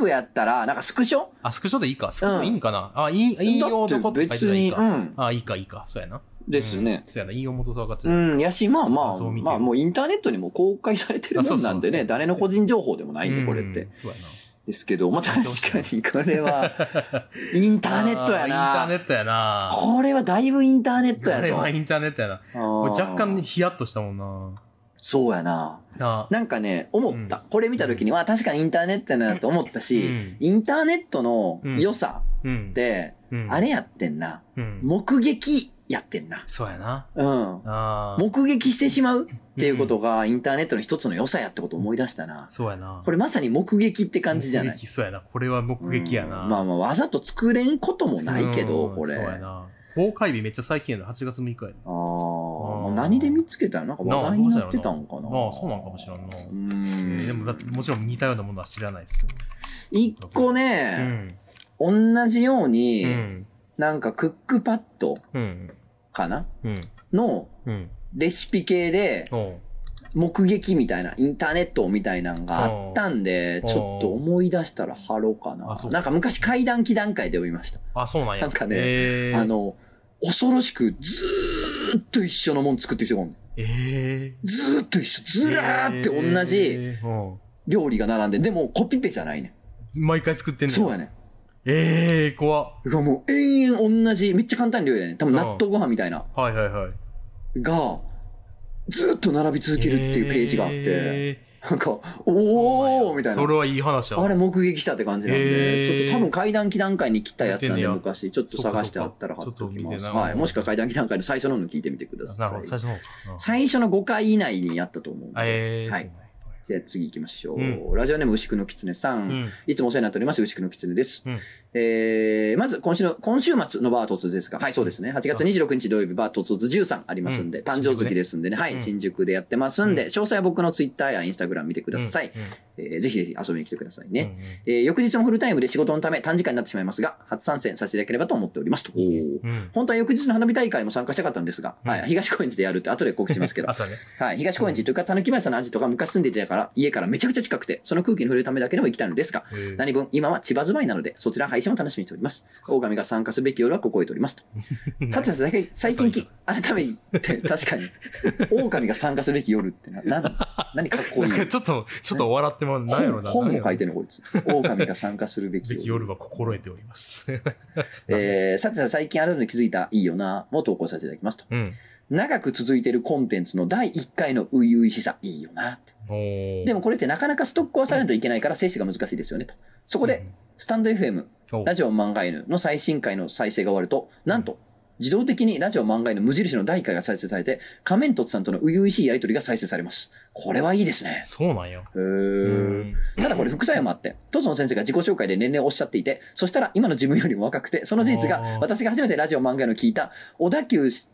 YouTube やったら、なんかスクショあ、スクショでいいか。スクショでいいんかな。あ、引引用だどこっってて書いてた別らいに、いうか。ん、あ、いいか、いいか。そうやな。ですね。そうやな。引用元と分かってた。うん、やし、まあま画あ、像を見てまあもうインターネットにも公開されてるあそもうんそうそうなんでね、誰の個人情報でもないんで、これっうてん。そうやな。ですけど、まあ確かにこれは、インターネットやあーインターネな。ットやな。これはだいぶインターネットやこれぞは。 インターネットやな。あーこれ若干ヒヤッとしたもんな。そうやな。なあなんかね、思った。うこれ見た時には確かにインターネットやなと思ったうしん、インターネットの良さうんっ。て、うんあれやってんな。うん目撃やってんな。そうやな。うん。ああ。目撃してしまうっていうことがインターネットの一つの良さやってことを思い出したな。そうやな。これれまさに目撃って感じじゃない目撃そうやな。これは目撃やな。うんまあまあわざと作れんこともないけどうんこれそうやあな。公開日めっちゃ最近やな。8月6日やあーもううん何で見つけたのなんかな。話題になってたんかなああ、そうなんかもしれんな。うえんーでもだってもちろん似たようなものは知らないですね。一個うね、ん。同じように、うん。なんかクックパッドうん。かなうん。のうん。レシピ系でおう目撃みたいなインターネットみたいなのがあったんでおうちょっと思い出したら貼ろうかなあそうなんか昔怪談祈談会で読みましたあ、そうなんや。なんかねえー、あ、の、恐ろしくずーっと一緒のもん作ってる人がおんねんえー、ずーっと一緒。ずらーって同じえーうん料理が並んでん、でもコピペじゃないね毎回作ってんん。のそうやねね。ん。ええー、怖っだからもう延々同じ、めっちゃ簡単な料理だねん。多分納豆ご飯みたいな。はいはいはい。が、ずーっと並び続けるっていうページがあって、えなんか、ーおーみたいそな。れはいい話だ。あれ目撃したって感じなんへで、ーちょっと多分階段祈談会に来たやつなんで見てんねや昔、ちょっと探してあったら貼っときます。そっかそっかちょっと見てなはい。もしくは階段祈談会の最初のの聞いてみてくだなるほさいど、最。初の方かな。最初の5回以内にやったと思うんで。えー、はいそうなんやじゃあ次行きましょう。うラジオネーム牛久の狐さん,、うん。いつもお世話になっております、牛久の狐です。うんえー、まず今週の、今週末のバートツですが、はい、そうですね。8月26日土曜日、バートツ13ありますんで、うん誕生月ですんでね、はい、うん新宿でやってますんで、う詳細は僕のツイッターやインスタグラム見てください、うん。うんえーぜひぜひ遊びに来てくださいね。。えー翌日もフルタイムで仕事のため短時間になってしまいますが、初参戦させていただければと思っておりますと。うんうん。本当は翌日の花火大会も参加したかったんですが、うんはい、東高円寺でやるって後で告知しますけどあ、、そうやね。はい、東高円寺というか、たぬき林さんのアジトが昔住んでいたから、家からめちゃくちゃ近くて、その空気に触れるためだけでも行きたいのですが、えー何分、今は千葉住まいなので、そちらの配信を楽しみにしております。大神が参加すべき夜はここへとおりますと。さ てさて、最近き、改めて、確かに、大神が参加すべき夜ってな、な、何かっこいないん。かちょっと、ちょっと笑ってもらう。なんやろ本な。本も書いててるのこいつ。狼が参加するべき べき夜夜。は心得ております。 えー、さてさて最近あるのに気づいたいいよな、も投稿させていただきますと。うん。長く続いているコンテンツの第1回の初々しさ、いいよなって。おーでも、これってなかなかストックはされないといけないから静止が難しいですよねと。そこで、スタンド FM、うん、ラジジオ漫画犬の最新回の再生が終わると、なんと、自動的にラジオ漫画犬無印の第1回が再生されて、仮面凸さんとの初々しいやりとりが再生されます。これはいいですね。そうなんや。へー。ただこれ副作用もあって、トツの先生が自己紹介で年齢をおっしゃっていて、そしたら今の自分よりも若くて、その事実あがー私が初めてラジオ漫画の聞いた小田急し、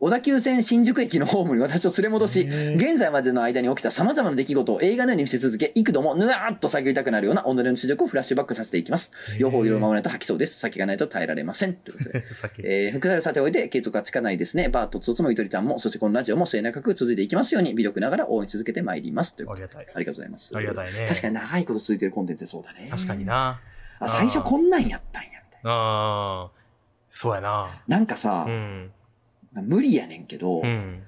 小田急線新宿駅のホームに私を連れ戻し、へー現在までの間に起きた様々な出来事を映画のように見せ続け、幾度もぬわーっと叫びたくなるような己の主力をフラッシュバックさせていきます。両方色を守らないと吐きそうです。先がないと耐えられません。ということで。 さっき。えー、副作用さておいて継続はつかないですね。バートツツもゆとりちゃんも、そしてこのラジオも末永く続いていきますように、微力ながら応援し続けてまいります。というこあとりで。がたい。ありがとうございます。ありがたいね。確かに。に長いこと続いてるコンテンツでそうだね。確かに。な。あ、最初こんなんやったんや、みたいああ、そうやな。な。なんかさう、ん。無理やねんけど、うん。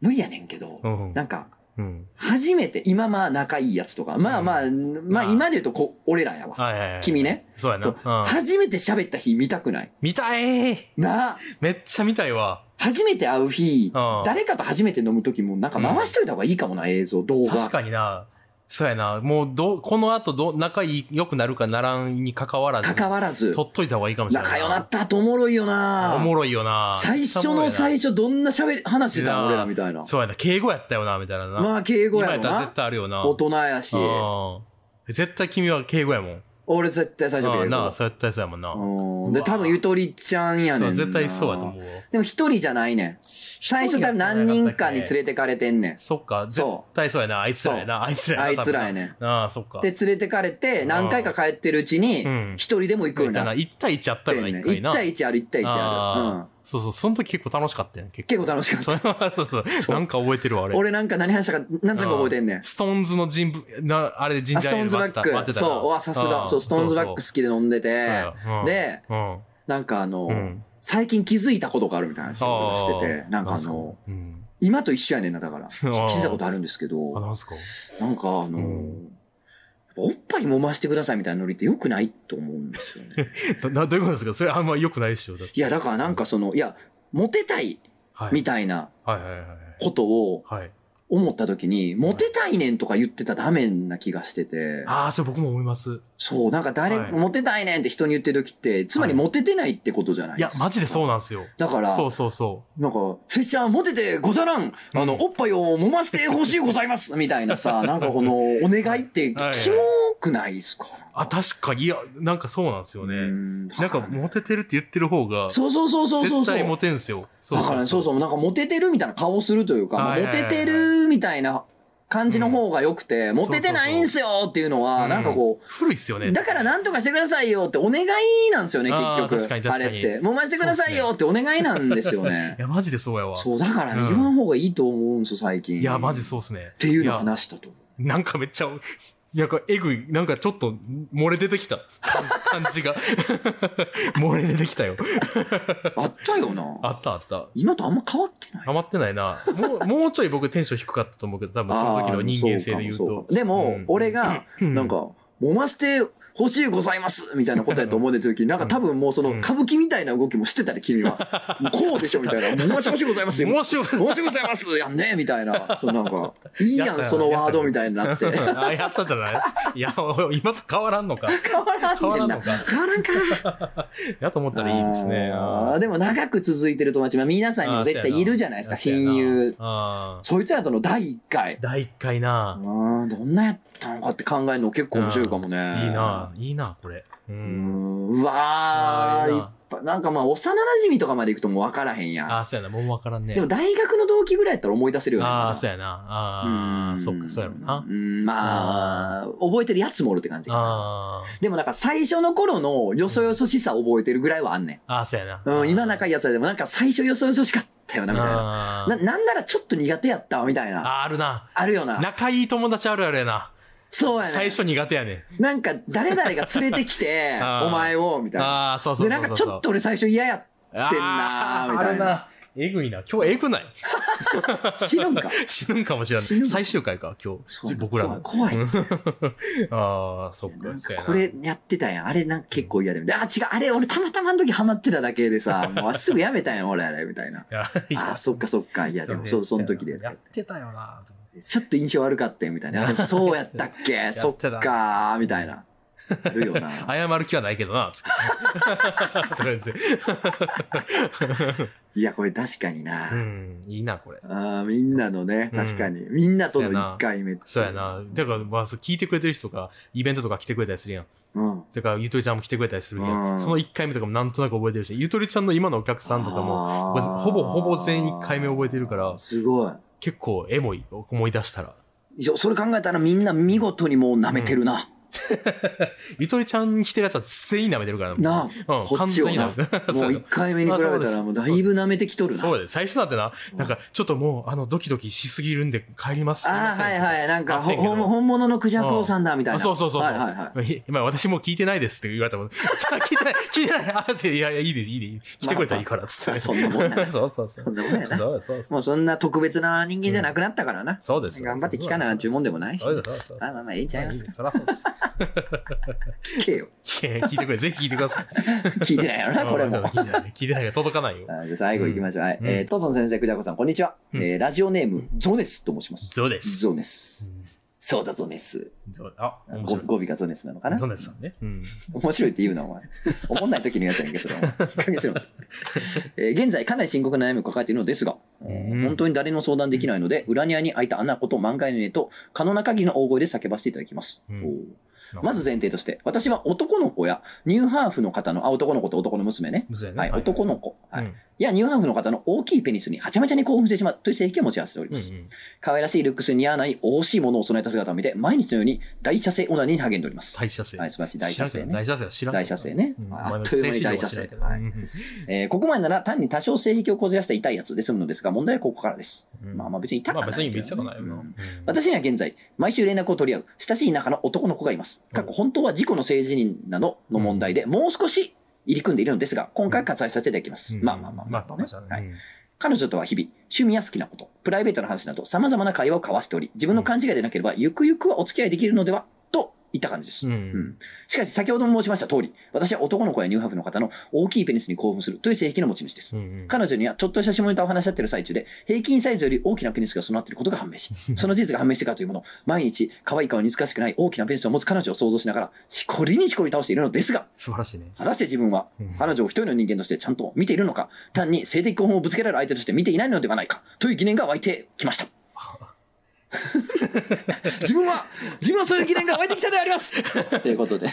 無理やねんけどう、んな。んか、うん。初めて、今まあ仲いいやつとか、まあまあ、まあまあ今で言うとこ、俺らやわ。はいはいはい。君ね。そうやな。とうん初めて喋った日見たくない見たいなあ、めっちゃ見たいわ。初めて会う日、うん誰かと初めて飲む時も、なんか回しといた方がいいかもな、映像、動画。確かにな。そうやな。もう、どう、この後、どう、仲いい、良くなるかならんに関わらず、関わらず、取っといた方がいいかもしれない。仲良なったとおもろいよなおもろいよな。最初の最初、どんな喋り、話してたいのや俺らみたいな。そうやな。敬語やったよな、みたいなな。まあ、敬語今ややろったらな絶。対あるよな。大人やし。うん絶対君は敬語やもん。俺絶対最初あからあ言なあ、うそうやったやつやもんな。うん。うで、わ多分ゆとりちゃんやねそんう、な。絶対そうやと思うわ。でも一人じゃないねん。最初多分何人かに連れてかれてんねん。そっか、絶そ対そうやな。あいつらやな。あいつらやな。あいつらやね。ねん。ああ、そっか。で、連れてかれて、何回か帰ってるうちにう、ん。一人でも行くようになっ1対1やったてよんな、ね一ん。回な。 1対1ある、1対1ある。うあんあ。そうそう、その時結構楽しかったよね、結結構楽しかった。構。それは、そうそう。そうなんか覚えてるわ、あれ。俺なんか何話したか、なんとなく覚えてんねん。ストーンズの人物、な、あれでジンあジスャトーーエーンルズバ待ってッた。待ってク。たそう、うわ、さすが。そう、ストーンズバック好きで飲んでて。、で、そうやなんかあのうん。う、ん。最近気づいたことがあるみたいな話をしててあ、なんかあすの、うん。今と一緒やねんな、だから。気あづいたことあるんですけどあ、、なんすかなんかあのうん、おっぱい揉ましてくださいみたいなノリって良くないと思うんですよ ね。どどういうことですかそれあんま良くないでしょ。だっていや、だからなんかその、いや、モテたいはいみたいなはいはいはいことをはい。はい。思った時に、モテたいねんとか言ってたらダメな気がしてて、ああ、それ僕も思います。そう、なんか誰、はいモテたいねんって人に言ってる時って、つまりはいモテてないってことじゃないいや、マジでそうう。なんですよ。だから、そうそうそなんか、拙者はモテてござらん、あの、うんおっぱいを揉ませてほしいございますみたいなさ、なんかこの、お願いって、キはいはいモくないですかう。あ、確かに、いや、なんかそうなんですようーね。んなんか、モテてるって言ってる方が、そうそうそうそうそう絶そう。対モテんすよ。そだからね、そうそう、なんかモテてるみたいな顔するというか、まあはいモはいはいテてるみたいな感じの方が良くて、モテてないんすよっていうのは、うんなんかこ古いっすよう、ね。だからなんとかしてくださいよってお願いなんですよね、結あー局。確かにあ確れかっにて。揉ましてくださいよってお願いなんですよねい。や、マジでそうやわ。そう、だからね、うん言わん方がいいと思うんですよ、最近。いや、マジそうっすねっ。ていうのを話したと。なんかめっちゃ、なんかえぐい、なんかちょっと漏れ出てきた感じが。 漏れ出てきたよ。あったよあな。ったあった。今とあんま変わってない。ハマってないな。もう、もうちょい僕テンション低かったと思うけど、多分その時の人間性で言うあーそうかもそうか。とでも、うん俺が、なんか、揉まして欲しいございますみたいなことやと思うてた時、なんか多分もうそのうん歌舞伎みたいな動きもしてたで、君 は。もうこうでしょみたいな。揉まして欲しいござい ますよ。面白い。揉ましてございますやんねみたいな。そうなん か、いいややったん、よそのワードみたいになって。変あ、やったんだね。いや、今と変わらんのか。わらん変わねらんんなの。か。変わらんか。やと思ったらいいですね。ああーーでも長く続いてる友達、まあ皆さんにも絶対いるじゃないですか、親友。。あーそいつらとの第一回。そうやなあー第一回うな。ん、どんなやったのかって考えるの結構面白いかもね。いいな、いいな、これ。うう。んん。うわあーいいー、いっなぱい。なんかまあ、幼馴染とかまで行くともう分からへんやあん。ー、そうやな、もうわからんね。でも大学の同期ぐらいやったら思い出せるよね。ああ、うそうやな。ああ、そっか、そうやろなう。ん、まあ、覚えてるやつもおるって感じかな。あでもなんか最初の頃のよそよそしさ覚えてるぐらいはあんねあ、ああ、そうやな。ん。うん、今仲いいやつらでもなんか最初よそよそしかったよな、みたいな。あな、なんならちょっと苦手やったわ、みたいあな。ー、あるな。あるよな。仲いい友達あるあるやな。そうやねん最初苦手やね。、なんか誰々が連れてきて あーお前を、みたいな。ああ、そうそうで、そうなそんう。かちょっと俺最初嫌やっあてんなーーみたいなある。えぐいな。今日えぐない。 た。知るんか。死ぬんかもしれ死ぬなんい。最終回か、今そう日。僕らの。怖 い。怖いああ、そっなか、んかそうやな。これやってたやん。あれなんか結構嫌で。あ、違う。あれ俺たまたまの時ハマってただけで さ、もうすぐやめたやん、俺あれ、みたいな。いや、いやあ、そっかそっか。いや、でもそう、その時で。やってたよな。ちょっと印象悪かったよ、みたいな。あでもそうやったっ けってたそっかー、みたいな。あるよな。謝る 気はないけどな、つって とか言って。いや、これ確かにうな。ん、いいな、これ。あーみんなのね、うん確かに。みんなとの1回目ってそうや。な。だから、まあ、そう聞いてくれてる人が、イベントとか来てくれたりするやん。うん。だから、ゆとりちゃんも来てくれたりするやん。うんその1回目とかもなんとなく覚えてるし、ゆとりちゃんの今のお客さんとかも、もほぼほぼ全員一回目覚えてるからすごい。結構エモい、思い出したら。いやそれ考えたらみんな見事にもう舐めてるな。ゆとりちゃん来てるやつは全員舐めてるからなああ、うん、こ完っち全をにな舐。め てる。もそう うや一回目に比べたらもうだいぶ舐めてきとるなな。そうやで、最初だってな、なんか、ちょっともう、あの、ドキドキしすぎるんで帰ります。すいあまあ、せんはいはい。なんか、あってほんけどほん本物のクジャク王さんだみたいな。あそうそうそうそう。はいはいはい。い 今私もう聞いてないですって言われたもん。 聞いてない、聞いてない。あーって、いやいや、いいです、いいです。来てくれたらいいから、つって。 そんなもんやなそうそうそう。そんなもんやなそうそうそう。もうそんな特別な人間じゃなくなったからな。そうです。頑張って聞かななんていうもんでもないしそうですそうですそうですまあまあまあいいんちゃいますあですそらそうです。聞けよ。聞いてくれ、ぜひ聞いてください。聞いてないやろ な、これも。聞いてない聞いてないから届かないよ。あじゃあ最後行きましょう。はい。うんえー、トソン先生、クジャク王さん、こんにちは。うえんー、ラジオネーム、ゾネスと申します。そうです。ゾネス。そうだ、ゾネス。そうあ、面ご白い。語尾がゾネスなのかなそうですよね。うん。面白いって言うな、お前。思んない時のやつやんけ、そ れは。いい加減にしろえー現在、かなり深刻な悩みを抱えているのですが、うん本当に誰にも相談できないので、裏庭に開いた穴子と満開の根と、可能な限りの大声で叫ばせていただきます。うんおーまず前提として、私は男の子や、ニューハーフの方の、あ、男の子と男の娘ね。娘ねはい、男の子。うはいんい、や、ニューハーフの方の大きいペニスにはちゃめちゃに興奮してしまうという性癖を持ち合わせておりうまんす。うん可愛らしいルックスに似合わない、惜しいものを備えた姿を見て、毎日のように大射精オナニーに励んでおります。大射精。はい、素晴らしい大射精知らんけどね。大射精は知らんけど。大射精ねうん。あっという間に大射精。はいお前の精神論は知らんけどうんえーここまでなら単に多少性癖をこじらせた痛いやつで済むのですが、問題はここからです。うんまあまあ別に痛くまはなあいけど別ね、に見つかないよな。ううんん私には現在、毎週連絡を取り合う、親しい仲の男の子がいます。過去、本当は自己の性自認などの問題で、もう少し入り組んでいるのですが、今回割愛させていただきます。まあまあまあまあまあまあはういん彼女とは日々、趣味や好きなこと、プライベートな話など、様々な会話を交わしており、自分の勘違いでなければ、ゆくゆくはお付き合いできるのでは、といった感じです。ううんん。しかし、先ほども申しました通り、私は男の子やニューハーフの方の大きいペニスに興奮するという性癖の持ち主です。うん彼女にはちょっとした下ネタを話し合ってる最中で、平均サイズより大きなペニスが備わっていることが判明 し、その事実が判明してからというもの、毎日、可愛い顔に難しくない大きなペニスを持つ彼女を想像しながら、しこりにしこり倒しているのですが、素晴らしいね。果たして自分は、うん彼女を一人の人間としてちゃんと見ているのか、単に性的興奮をぶつけられる相手として見ていないのではないか、という疑念が湧いてき ました。自分は、自分はそういう疑念が湧いてきたであります ということで、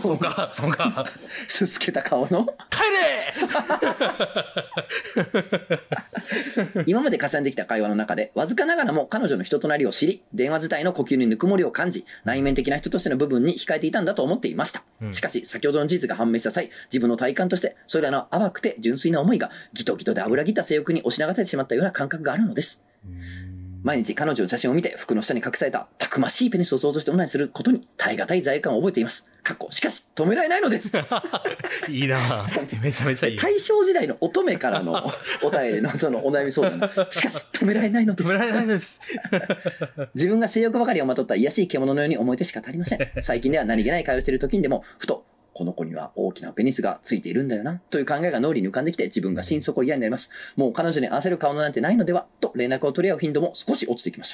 そうか、そうか。すすけた顔の、帰今まで重ねてきた会話の中で、わずかながらも彼女の人となりを知り、電話自体の呼吸にぬくもりを感じ、内面的な人としての部分に控えていたんだと思っていました。うんしかし、先ほどの事実が判明した際、自分の体感として、それらの淡くて純粋な思いが、ギトギトで油ぎった性欲に押し流されてしまったような感覚があるのです。れ毎日彼女の写真を見て、服の下に隠された、たくましいペニスを想像してオナニーすることに、耐え難い罪悪感を覚えています。かっこ、しかし、止められないのです。 いいなめちゃめちゃいい。大正時代の乙女から のお便りのそのお悩み相談の。しかし、止められないので止すめ。られないです。自分が性欲ばかりをまとった癒やしい獣のように思えてしか足りません。最近では何気ない会話をしている時にでも、ふと、この子には大きなペニスがついているんだよな、という考えが脳裏に浮かんできて自分が心底嫌になります。もう彼女に合わせる顔なんてないのでは、と連絡を取り合う頻度も少し落ちてきまし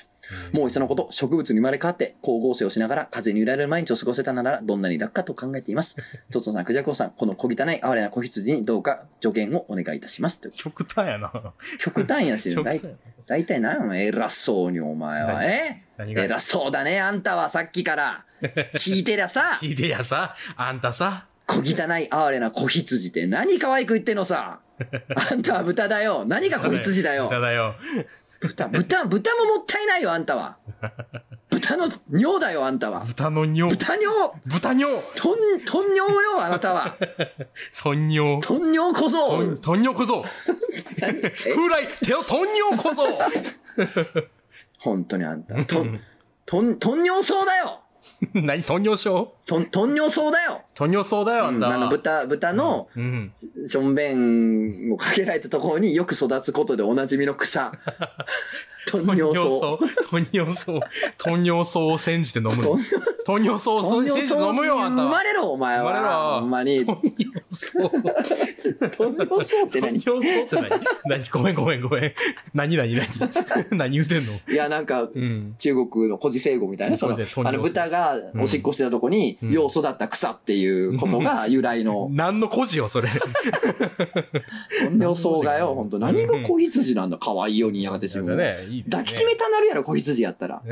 た。もういっそのこと、植物に生まれ変わって、光合成をしながら風に揺られる毎日を過ごせたなら、どんなに楽かと考えています。トトさん、クジャコウさん、この小汚い哀れな子羊にどうか助言をお願いいたします。という極端やな。極端やし、 極だ端いだいたいな、お前偉そうにお前は。何え何が偉そうだね、あんたはさっきから。聞いてりゃ さ、聞いてやさ、あんたさ、小汚い哀れな子羊って何可愛く言ってんのさ。あんたは豚だよ。何が子羊だよ豚。だよ。豚、豚、豚ももったいないよ、あんたは。豚の尿だよ、あんたは。豚の尿。豚尿、豚尿とん、とん尿よ、あなたは。豚尿。とん尿こそ。豚尿小僧。風来、手を豚尿小僧。本当にあんた。とん、とん、とん尿そうだよ。何豚尿症とん、とん尿そうだよ。豚尿そうだよ、あうんん、た。あの、豚、豚の、うん。しょんべんをかけられたところによく育つことでおなじみの 草。トン豚尿尿草。草。豚尿草。豚尿草を煎じて飲むの。豚尿草トをン煎尿じて草飲むよ、あんた生まは。れろ、お前は。生まれろほんまに。豚尿草。トン尿草って何い豚尿草って何何ごめんごめんごめん。何何何何言うてんのや、なんか、うん。中国の古事聖語みたいな、その古事トン、あの、尿草豚がおしっこしてたとこに、うんよう育った草っていうことが由来の、何の孤児よ、それ。トン尿草がよ、ほんと、何が子羊なんだ、可愛いようにやがて自そう分だを。ね。いいですね。抱きしめ たなるやろ、子羊やったら。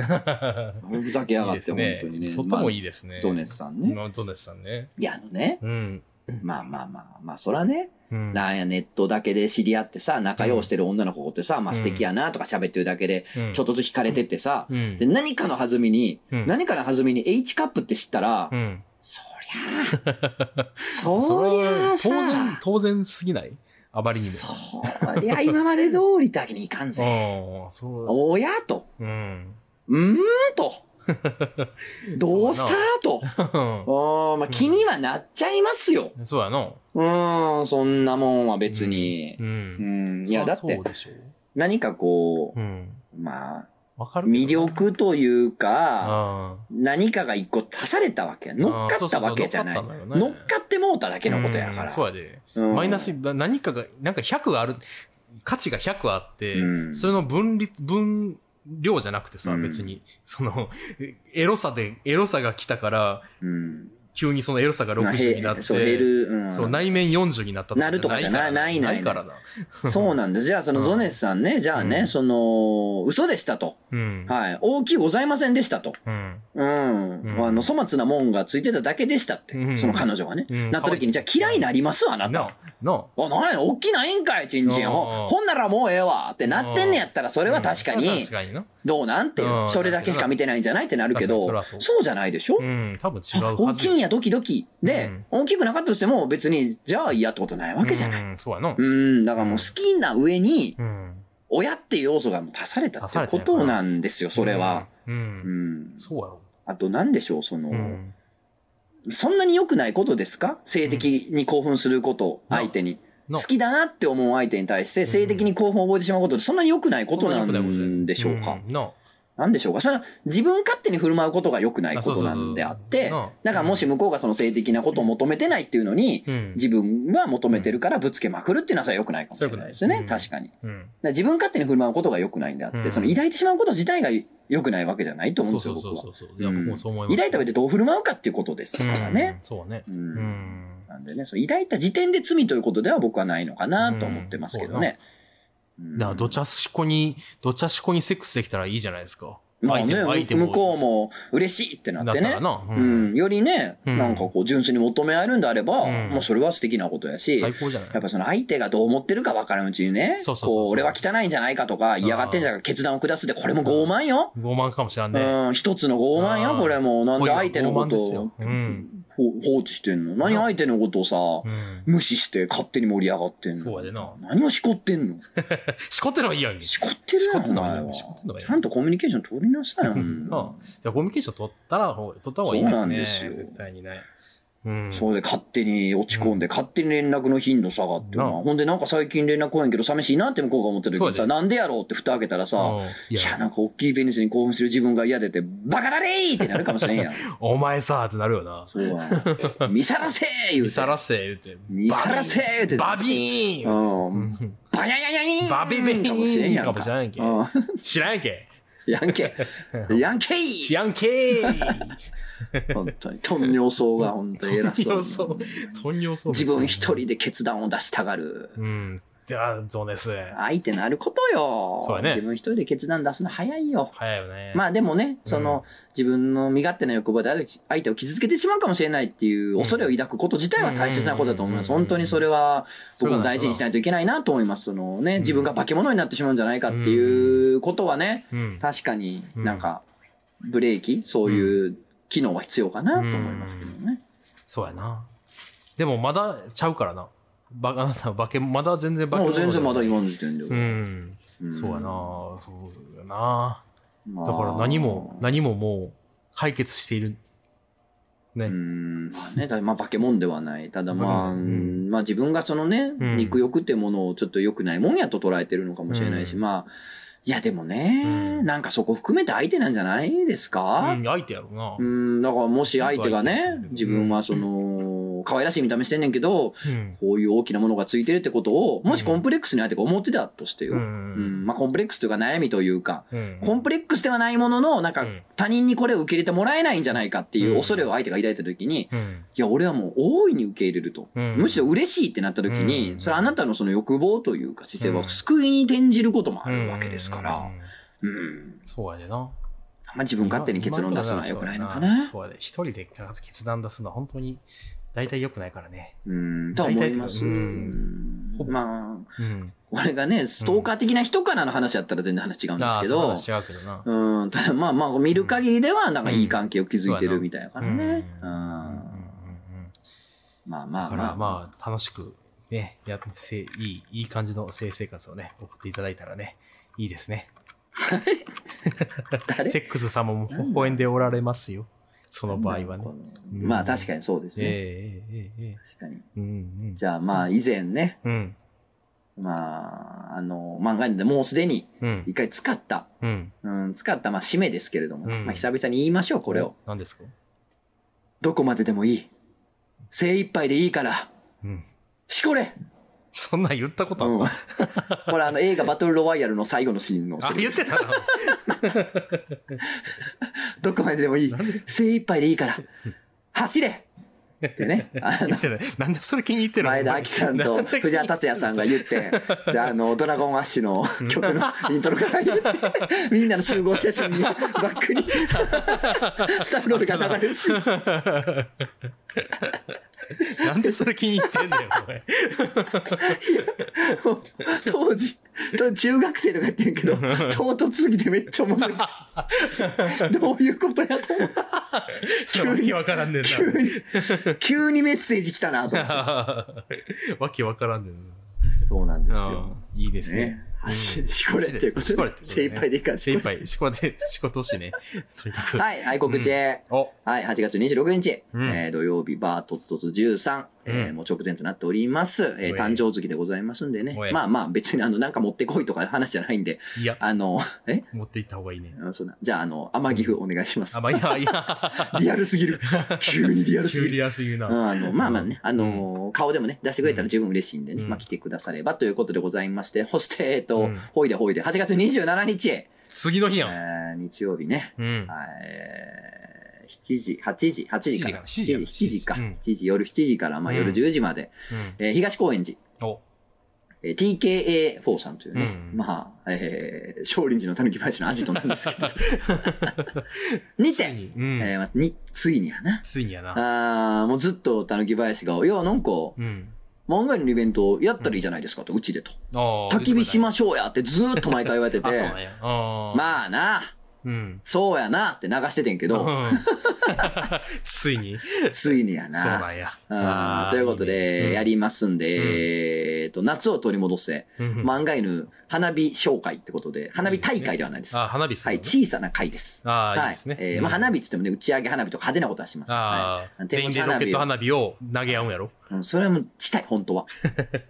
めふざけやがって、本当にね。とってもいい。いですね。ゾネスさんね。ね。ゾネスさんね。いや、あのね、うん。まあまあまあ、まあ、そらね、うんなんや、ネットだけで知り合ってさ、仲良うしてる女の子ってさ、まあ素敵やなとか喋ってるだけで、うんちょっとずつ惹かれてってさ、うんで、何かの弾みに、うん何かの弾みに H カップって知ったら、うん。そりゃあ、 そりゃあそれはさ、当然、当然すぎないあまりにも。そりゃ今まで通りだけにいかんぜ。ああ、そおやと、う。うん。うーん と、どうしたと、おーまあ、気にはなっちゃいますよ。そうやな。うーん、そんなもんは別にう。ん。うん、いや、そだらってそう、でしょう。何かこうん。う、まあ、わかるけ魅どな。力というか、あ何かが一個足されたわけや。あ。乗っかったわけじゃないああ。そうそうそう乗っかってもうただけのことやかうらん。そうやで。うんマイナス、な何かが、なんか100がある、価値が100あって、うんそれの分離、分量じゃなくてさ、うん 別に、その、エロさで、エロさが来たから、うん。急にそのエロさがまあへ60になって、そう、減る。うん。そう内面40になったなるとかじゃないないなないいからな。そうなんです。じゃあ、そのうんゾネスさんね、じゃあね、うんその、嘘でしたと。うん。はい。大きいございませんでしたと。うん。うん。うんあの、粗末なもんがついてただけでしたって。うんその彼女がね。うんなった時に、じゃあ嫌いになりますあなた。ななあ、なんや、おっきないんかい、ちんちん。うんほほんならもうええわってなってんねやったら、それは確かうんそうにそう確、かにな。どうなんっていううんそれだけしか見てないんじゃないってなるけど、確かにそそうれはそうじゃないでしょ、うん、多分違うあは大ず。きいんや、ドキドキ。で、うん大きくなかったとしても別に、じゃあ嫌ってことないわけじゃない。うん、そうやなう。ん、だからもう好きな上に、うん。親っていう要素がもう足されたっていうことなんですよ、それは。うん。ううんん。そうやろ。あと何でしょう、その、うん。そんなに良くないことですか性的に興奮すること、うん相手に。な好きだなって思う相手に対して、性的に興奮を覚えてしまうことってそんなに良くないことなんでしょうかんな。なんでしょうかそれは自分勝手に振る舞うことが良くないあこそうそとうそうなんであって、なだからもし向こうがその性的なことを求めてないっていうのに、うん。自分は求めてるからぶつけまくるっていうのはそれは良くないかもしれないですよそね。うで確すかに。だかうん。ら自分勝手に振る舞うことが良くないんであって、うんその抱いてしまうこと自体が良くないわけじゃないと思うんそうですそよ、僕はうそうそ。うそう。いや、僕もそう思います。抱いた上でどう振る舞うかっていうことですからね。うん。そうやね。ううんん。なんでね、その抱いた時点で罪ということでは僕はないのかなと思ってますけどね。うんだから、どちゃしこに、どちゃしこにセックスできたらいいじゃないですか。まあ相手もね相、手も向こうも嬉しいってなだっってたねら。な。ううん、。よりね、うんなんかこう、純粋に求め合えるんであれば、うんもうそれは素敵なことやし、や最高じゃないっぱその相手がどう思ってるか分からんうちにね、そうそうそうそうこう、俺は汚いんじゃないかとか、嫌がってんじゃないか、決断を下すって、これも傲慢よ。傲慢かもしれんうね。ん、一つの傲慢よ、うんこれも。なんで相手のこと恋は傲を慢ですようんほ放置してんの何相手のことをさ、うん。無視して勝手に盛り上がってんのそうやでな何をしこってんのしこってのはいいやんけ。じしこってるやん、しこっておんの前は。しこってんのがいいちゃんとコミュニケーション取りなさいよ。うんなゃあ、コミュニケーション取ったら、ほう取った方がいいそうですなんでね。すよ絶対にね。うん。そうで勝手に落ち込んで、勝手に連絡の頻度下がってななあほんでなんか最近連絡来へんけど寂しいなって向こうが思ってる時にそうさ、やなんでやろうって蓋開けたらさ、うんいいやや、なんか大きいペニスに興奮してる自分が嫌でて、バカだれーってなるかもしれんやん。お前さーってなるよな。そう やん見さらせー言うて。見さらせ言うて。見さらせー言うて。バビーンう。うんんバヤヤヤイーンバビビーンかもしれんやんか。かもしれんやんけうん知らんやんけやんけ。やんけ い知らんけー本当に。トン尿層が本当に偉そう。そう。とんにょそう。自分一。人で決断を出したがる。うん。いや、ゾネス。相手のあることよ。そうやね自分一人で決断出すの早いよ。早いよね。まあ、あでもね、その、自分の身勝手な欲望である相手を傷つけてしまうかもしれないっていう恐れを抱くこと自体は大切なことだと思います。うんうんうん本当にそれは僕も大事にしい。ないといけないなと思います。そのね、ん自分が化け物になってしまうんじゃないかっていうことはね、うん。確かになんか、ブレーキ、そういう機能は必要かなと思いますけどね。そうやな。でも、まだちゃうからな。ば、 あなた、化け、まだ全然化けもう物全然まだ今の時点で。うん。んそうやな。そうやな。まあだから何も、何ももう解決している。ね。うーんまあね、だまあ化け物ではない。ただまあ、うんうんまあ自分がそのね、うん肉欲ってものをちょっと良くないもんやと捉えてるのかもしれないし、うんまあ、いやでもね、うんなんかそこ含めて相手なんじゃないですかうん、相手やろなう。ん、だからもし相手がね相手う、ん自分はその、可愛らしい見た目してんねんけど、うん。こういう大きなものがついてるってことを、もしコンプレックスに相手が思ってたとしてよ。ううんん。まあコンプレックスというか悩みというか、うん。コンプレックスではないものの、なんうかん他人にこれを受け入れてもらえないんじゃないかっていう恐れを相手が抱いたときに、うん。いや、俺はもう大いに受け入れると。うんむしろ嬉しいってなった時に、うんそれはあなたのその欲望というか姿勢うはん救いに転じることもあるわけですから、うんうん。そうやでな。あんま自分勝手に結論出すのは良くないのか今なの。そうやで。一人で決断出すのは本当に大体良くないからね。うん、とは思います。大体うんうんまあ、うん。俺がね、ストーカー的な人からの話だったら全然話違うんですああ、けそうど、は違うけどな。うん、ただまあまあ、見る限りでは、なんかいい関係を築いてるみたいだからうんね。ううんんうんうんうんまあまだあかまらあ。まあ楽しくね、やってせいい、いい感じの性生活をね、送っていただいたらね、いいですね。誰セックス様も微笑んでおられますよ。その場合はね。。うんまあ確かにそうですね。ええええええ確かに。うんうん。じゃあまあ以前ね、うん。まあ、あの、漫画でもうすでにうん。一回使った、うん。うん、使った、まあ、締めですけれども、うんまあ、久々に言いましょう、これを。。何ですかどこまででもいい。精一杯でいいから、うん。しこれそんなん言ったことある、うん。これあの映画バトルロワイヤルの最後のシーンのセあ、リ言フって たな。どこまででもいい。精一杯でいいから、走れってね、あ言のっ、てない。なんでそれ気に入ってるの前田明さんと藤原達也さんが言って、であの、ドラゴンアッシュ の曲のイントロから言って、みんなの集合写真にバック に、スタッフロールが流れるし、なんでそれ気に入ってんだよ、 お前。もう当時、当時中学生とか言ってるけど、唐突すぎてめっちゃ面白 い。どういうことやと思ってそれわけわからんねんな。急に、急にメッセージ来たなと思って。 わけわからんねんな。そうなんですあよ。ーいいですねね。。ししこれっていうこしことれっでて、ことね精一杯でいいからし精こ一れ杯、しこで、しことしね。とにかく。はい、はい、告知。お、はい、8月26日、うんえー土曜日、バートツトツ13、えーうんもう直前となっております。えーおい誕生月でございますんでねお。いまあまあ、別にあの、なんか持ってこいとか話じゃないんで、いや、あの、え持っていった方がいいね。 うんそんなじゃあ、あの、天岐阜お願いしますあ、。まあ、いや、いや、 リアルすぎ る。急にリアルす修ぎ理る。安いううな。ん、あの、まあまあね、あのー顔でもね、出してくれたら十分嬉しいんでね、うんまあ来てくださればということでございまして、そして、えっと、うんほいでほいで、8月27日、次の日やん。えー日曜日ね、うん。はいえー7時、8時、8時から。 7時か7 7時時か。うん7時、夜7時から、まあうん夜10時まで。うんえー東高円寺、お、えー TKA4 さんというね、うんまあ、えー、少林寺の狸林のアジトなんですけ ど。について、に、うえーん。まあに、ついにやな。ついにやな。あーもうずっと狸林が、いや、なんか、うん。漫画のイベントやったらいいじゃないですかと、うちでと。ああ。焚き火しましょうやってずーっと毎回言われてて あ、、そうなんや。ああ。あ、まあな、うん。そうやなって流しててんけうど、ん ついに、そうついにやな。なんや。うんあーということで、や、りますんで、うんえーと、夏を取り戻せ、いいねうんうん漫画犬花火紹介ってことで、花火大会ではないです。あ、花火すはるい、のね。小さな会です。ああ、いいはですね。えーまあ、花火っつってもね、打ち上げ花火とか派手なことはします。はああ、い全員でロケット花火を投げ合うんやろいうんそれはもうしたい、本当 は。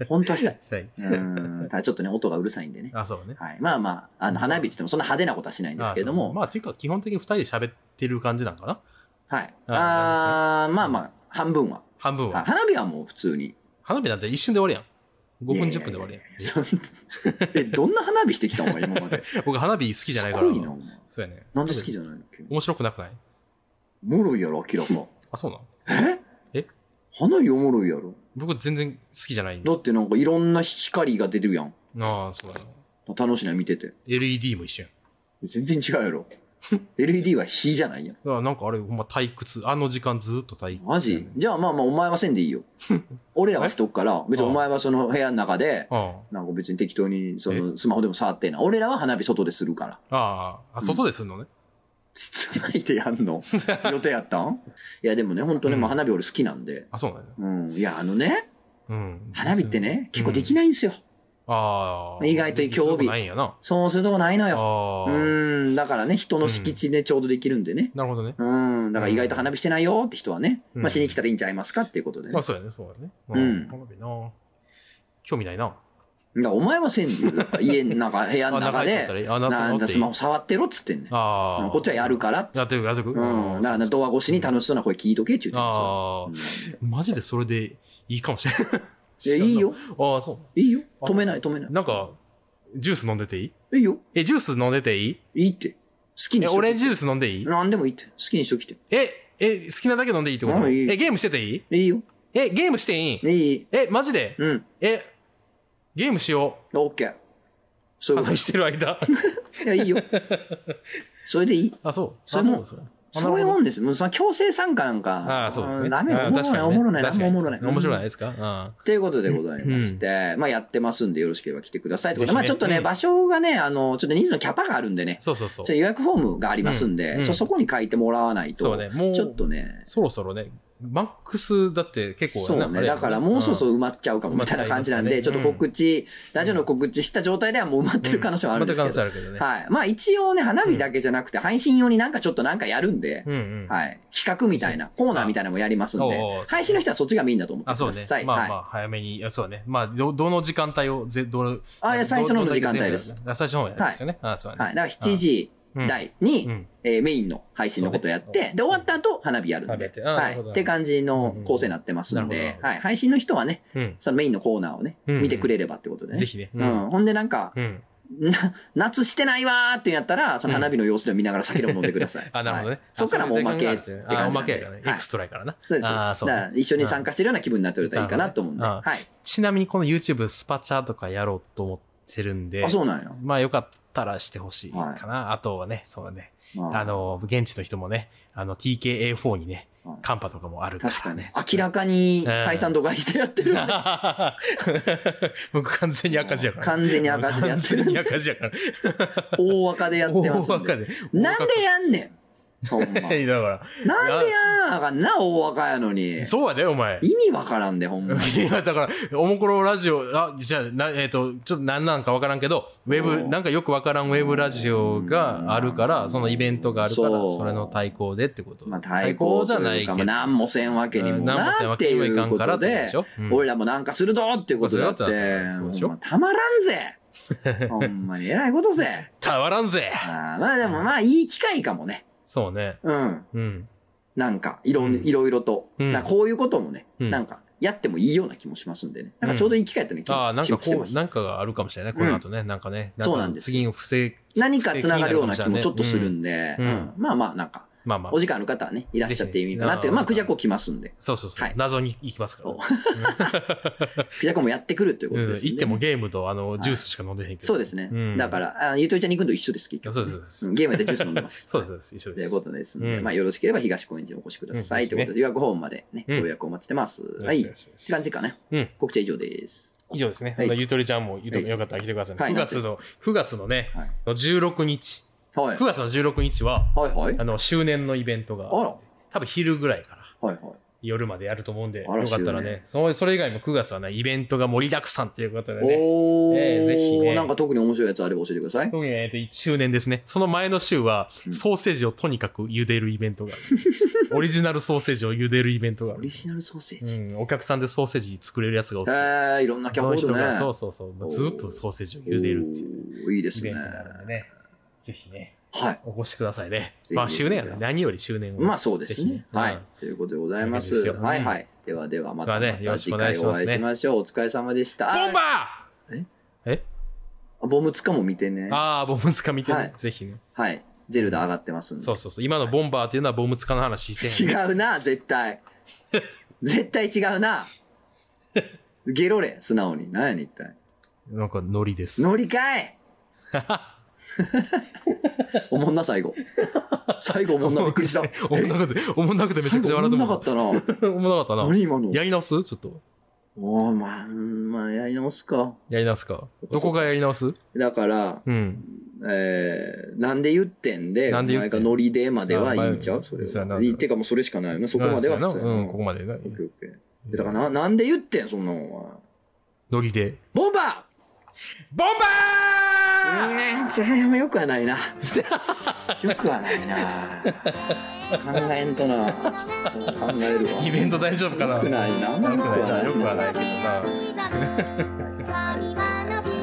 本当はしたい。したい。 うん、ただちょっとね、音がうるさいんでね。あそうね。はい、まあまあ、あの、花火っつってもそんな派手なことはしないんですけれどあそうも、まあ、ていうか、基本的に二人で喋ってる感じなんかなはい。ああーまあまあ、半分は。半分はいは。花火はもう普通に。花火なんて一瞬で終わるやん。5分、いや10い分で終やわいるややんいや。そんなえ、どんな花火してきたんお前今まで。え僕、花火好きじゃないからすごい。な、お前そうやね。なんで好きじゃないの急に面白くなくないおもろいやろ、明らか。 あ、そうなの花火おもろいやろ。僕、全然好きじゃないんでだ。ってなんかいろんな光が出てるやん。ああ、そうだな。楽しいな、見てて。 LED も一緒やん。全然違うやろ。LED は火じゃないやん。だからなんかあれ、ほんま退屈。あの時間ずーっと退屈。マジじゃあまあまあ、お前はせんでいい よ。俺らはしとくから、別にお前はその部屋の中で、あなんか別に適当にそのスマホでも触ってえな。俺らは花火外でするから。あああ、あ、外ですんのね。室内でやん の予定やったんいやでもね、本当ね、うんまあ花火俺好きなんで。あ、そうなんや。うん。いや、あのね、うん。花火ってね、結構できなない。いんですよ。ああ。意外と興味そういうことないんやな。そうするとこないのよ。ああ。うん。だからね、人の敷地でちょうどできるんでね。なるほどね。うん。だから意外と花火してないよって人はね、うんまあしに来たらいいんちゃいますかっていうことでね。まあそうやね、そうやね。うん花火な。興味ないな。だからお前はせんでいいよだから家の中、部屋の中 あで、、あ、ななんんだだスマホ触ってろっつってんねん。あうあ。んこっちはやるからっつやっ。っててく、やってく。うん。だからドア越しに楽しそうな声聞いとけって言うああ。てるマジでそれでいいかもしれない。うん。いや、いいよ。ああ、そいいよ。止めない、止めなう。なんか、ジュース飲んでていいい。いいよ。え、ジュース飲んでていいいいって。好きにえ、しと俺きジュース飲んでいい何でもいいって。好きにしときて。え、え、好きなだけ飲んでいいってこうとんいいえ、ゲームしてていいいいよ。え、ゲームしていいいい。え、マジでうん。え、ゲームしよ。オッケー。そうういうこ話してる間。と。いや、いいよ。それでいい。あ、そう。それあもうそれそういうもんです。もうその強制参加なんか。ああ、そうですね。んダメよ。あおあもろない、おもろない、何もおもろない。面白ないうん。ですかあということでございまして、まあやってますんで、よろしければ来てくださいってことで。ぜひねまあちょっとね、うん場所がね、あの、ちょっと人数のキャパがあるんでねあ。、そうそうそちょうっと。予約フォームがありますんうんうで、んそそこに書いてもらわないそとう、ね、もう、ちょっとね、そろそろね、マックスだって結構そなうんかね。ねだからもうそろそろ埋まっちゃうかもうんみたいな感じなんで、埋まっちちょゃっいとますね告知、ラジオの告知した状態ではもう埋まってる可能性はあるんですけまた可能性ど。あるけどね。はい。まあ一応ね、花火だけじゃなくて、配信用になんかちょっとなんかやるんで、うんうん。はい。企画みたいな、コーナーみたいなのもやりますんでおうおう、配信の人はそっちがメインだと思ってあ、くそうだねさ。い。まあはまい。あ、早めに、あそうね。まあ、ど、どの時間帯を、ぜ、どれ、あいや最初のど時間帯です。どれだけ全部やるあ、最初の方やるんですよね。あ、そうやね。はい。だから7時うん。台にう、ん。えーメインの配信のことをやっそうて、で、終わった後、花火やるん花火やでっ、てあーは。ないるほどって感じの構成になってますんうんなるでほ、どはい。配信の人はね、うん。そのメインのコーナーをね、うん見てくれればってことでぜね。ひね。うん。ほんでなんか、うん。。な夏してないわーってやったら、その花火の様子でも見ながら酒でも飲んでください あ、なるほどはいね。そっからもうおまけあってそういう感じな時間があんるってねあ、おでまけやからね。はいエクストラやからね。そうです。そうであーすそうだから一緒に参加してるような気分になってるといいかなと思うんで。うんはい。ちなみにこの YouTube スパチャとかやろうと思ってるんで、あ、そうなんや。まあよかったらしてほしいかな。あとはね、そうだね。まあ、の、現地の人もね、あの TKA4 にねうん、カンパとかもあるからね。確かにちょっ。と明らかに採算度外してやって る。僕完全に赤字やから。完全に赤字でやってる完全に赤字やから。大赤でやってます大んで赤。で。なんでやんねん。ほんま。いやだかなんでやんあかんな、大赤やのにら、。そうやで、お前。意味わからんで、ほんま。いや、だから、おもころラジオ、あ、じゃあ、なえっ、と、ちょっと何なんかわからんけど、ウェうブ、んなんかよくわからんウェブラジオがあるかうら、んそのイベントがあるから、そうそれの対抗でってこと。まあ、対抗じゃないけか、どまあ、なんもせんわけにもなっていう何もこせんわとけにもいかんからってことででしょうん、俺らもなんかするぞっていうことだってそうだそうだそうでしょほんまたまらん ぜほんまに偉いことぜたまらんぜあーまあでもまあいい機会かもねそうね。うんうん。なんかいろ,、うんいろいろと、うんなんかこういうこともね、うんなんかやってもいいような気もしますんでねなんかちょうどいい機会やったね、気ああ、もなんしかまこしてまう、すなんかがあるかもしれないね。この後ね、なんかね。かそうなんです次の不正、何かつながるような気もちょっとするんで、ううんんうんまあまあなんかまあまあお。時間ある方はねいらっしゃっていいかなってぜひまあクジャコ来ますんでそうそうそう。はい謎に行きますから。そうクジャコもやってくるというこうとんですんで行ってもゲームと、あの、ジュースしか飲んでへんけど。そうですね。うんだから、あゆとりちゃんに行くのと一緒です、結い局。やそうですそうですんゲームでジュース飲んでます。 そうですそうです。一緒とでいす。うことですので、うんまあ、よろしければ東高円寺にお越しください、うんということで、予約ホームまでね、うんご予約お待ちしてます。ははいい。いって感じかな。うん告知は以上です。以上ですね。はいまあゆとりちゃんも、ゆとはいよかったら来てくださいね。はい9月の、9月のね、はい。の16日。はい9。月の16日は、はいはい。あの、周年のイベントが、あら多分昼ぐらいから。はいはい。夜までやると思うんで、よあらかったら周ね、そうそれ以外も9月はね、イベントが盛りだくさんということでね、おー、ええぜひねなんか特に面白いやつあれば教えてください。特に、えーと、1周年ですね。その前の週は、うんソーセージをとにかく茹でるイベントがあ る。オリジナルソーセージを茹でるイベントがあオるリ。ジナルソーセーうジ。ん、お客さんでソーセージ作れるやつがおって、えー、いろんなキャッそのプ人ホが、ね。そうそうそう、ずっとソーセージを茹でるっていうおーいいでイすベねン。トなんでね、ぜひね、はい。お越しくださいね。ひまあ、周年やね。何より周年を。まあそうですぜひね。はういん。ということでございまわけす。ですよはいはい。ではではまたまあねまよろたしく次お願い回しおますね会いしましょう。お疲れ様でした。ボンバーえあボムつかも見てね。ああ、ボムスカ見てはいね。ぜひね。はい。ゼルダ上がってますんで。そうそうそう。今のボンバーっていうのはボムツカの話してん違ねんうな、絶 対。絶対違うな。ゲロれ、素直に。何やねん、一体。なんかノリです。乗りか いおもんな、最後。最後おもんな、びっくりした。おもんなくて、おもんなくてめちゃ最くちゃ後お笑っもてんもなかったな。た。おもんなかったな。何今の。やり直すちょっと。おー、まあ、まあ、やり直すか。やり直すか。どこがやり直すだから、うん。えー、なんで言ってんで、なんで言ってお前がんノリでまではいいんちゃあまあうそれそうやなは。いいってかもうそれしかないよな。そこまでは普通やなうん、ここまでな。オッケーオッケーだからな、なんで言ってん、そんなのは。ノリで。ボンバボンバーーうん、それもよくはないな。 よくはないな。考えんとな。考えるわ。 イベント大丈夫かなよくないな。あんまよりく良くないな。よくはないけど「神はのび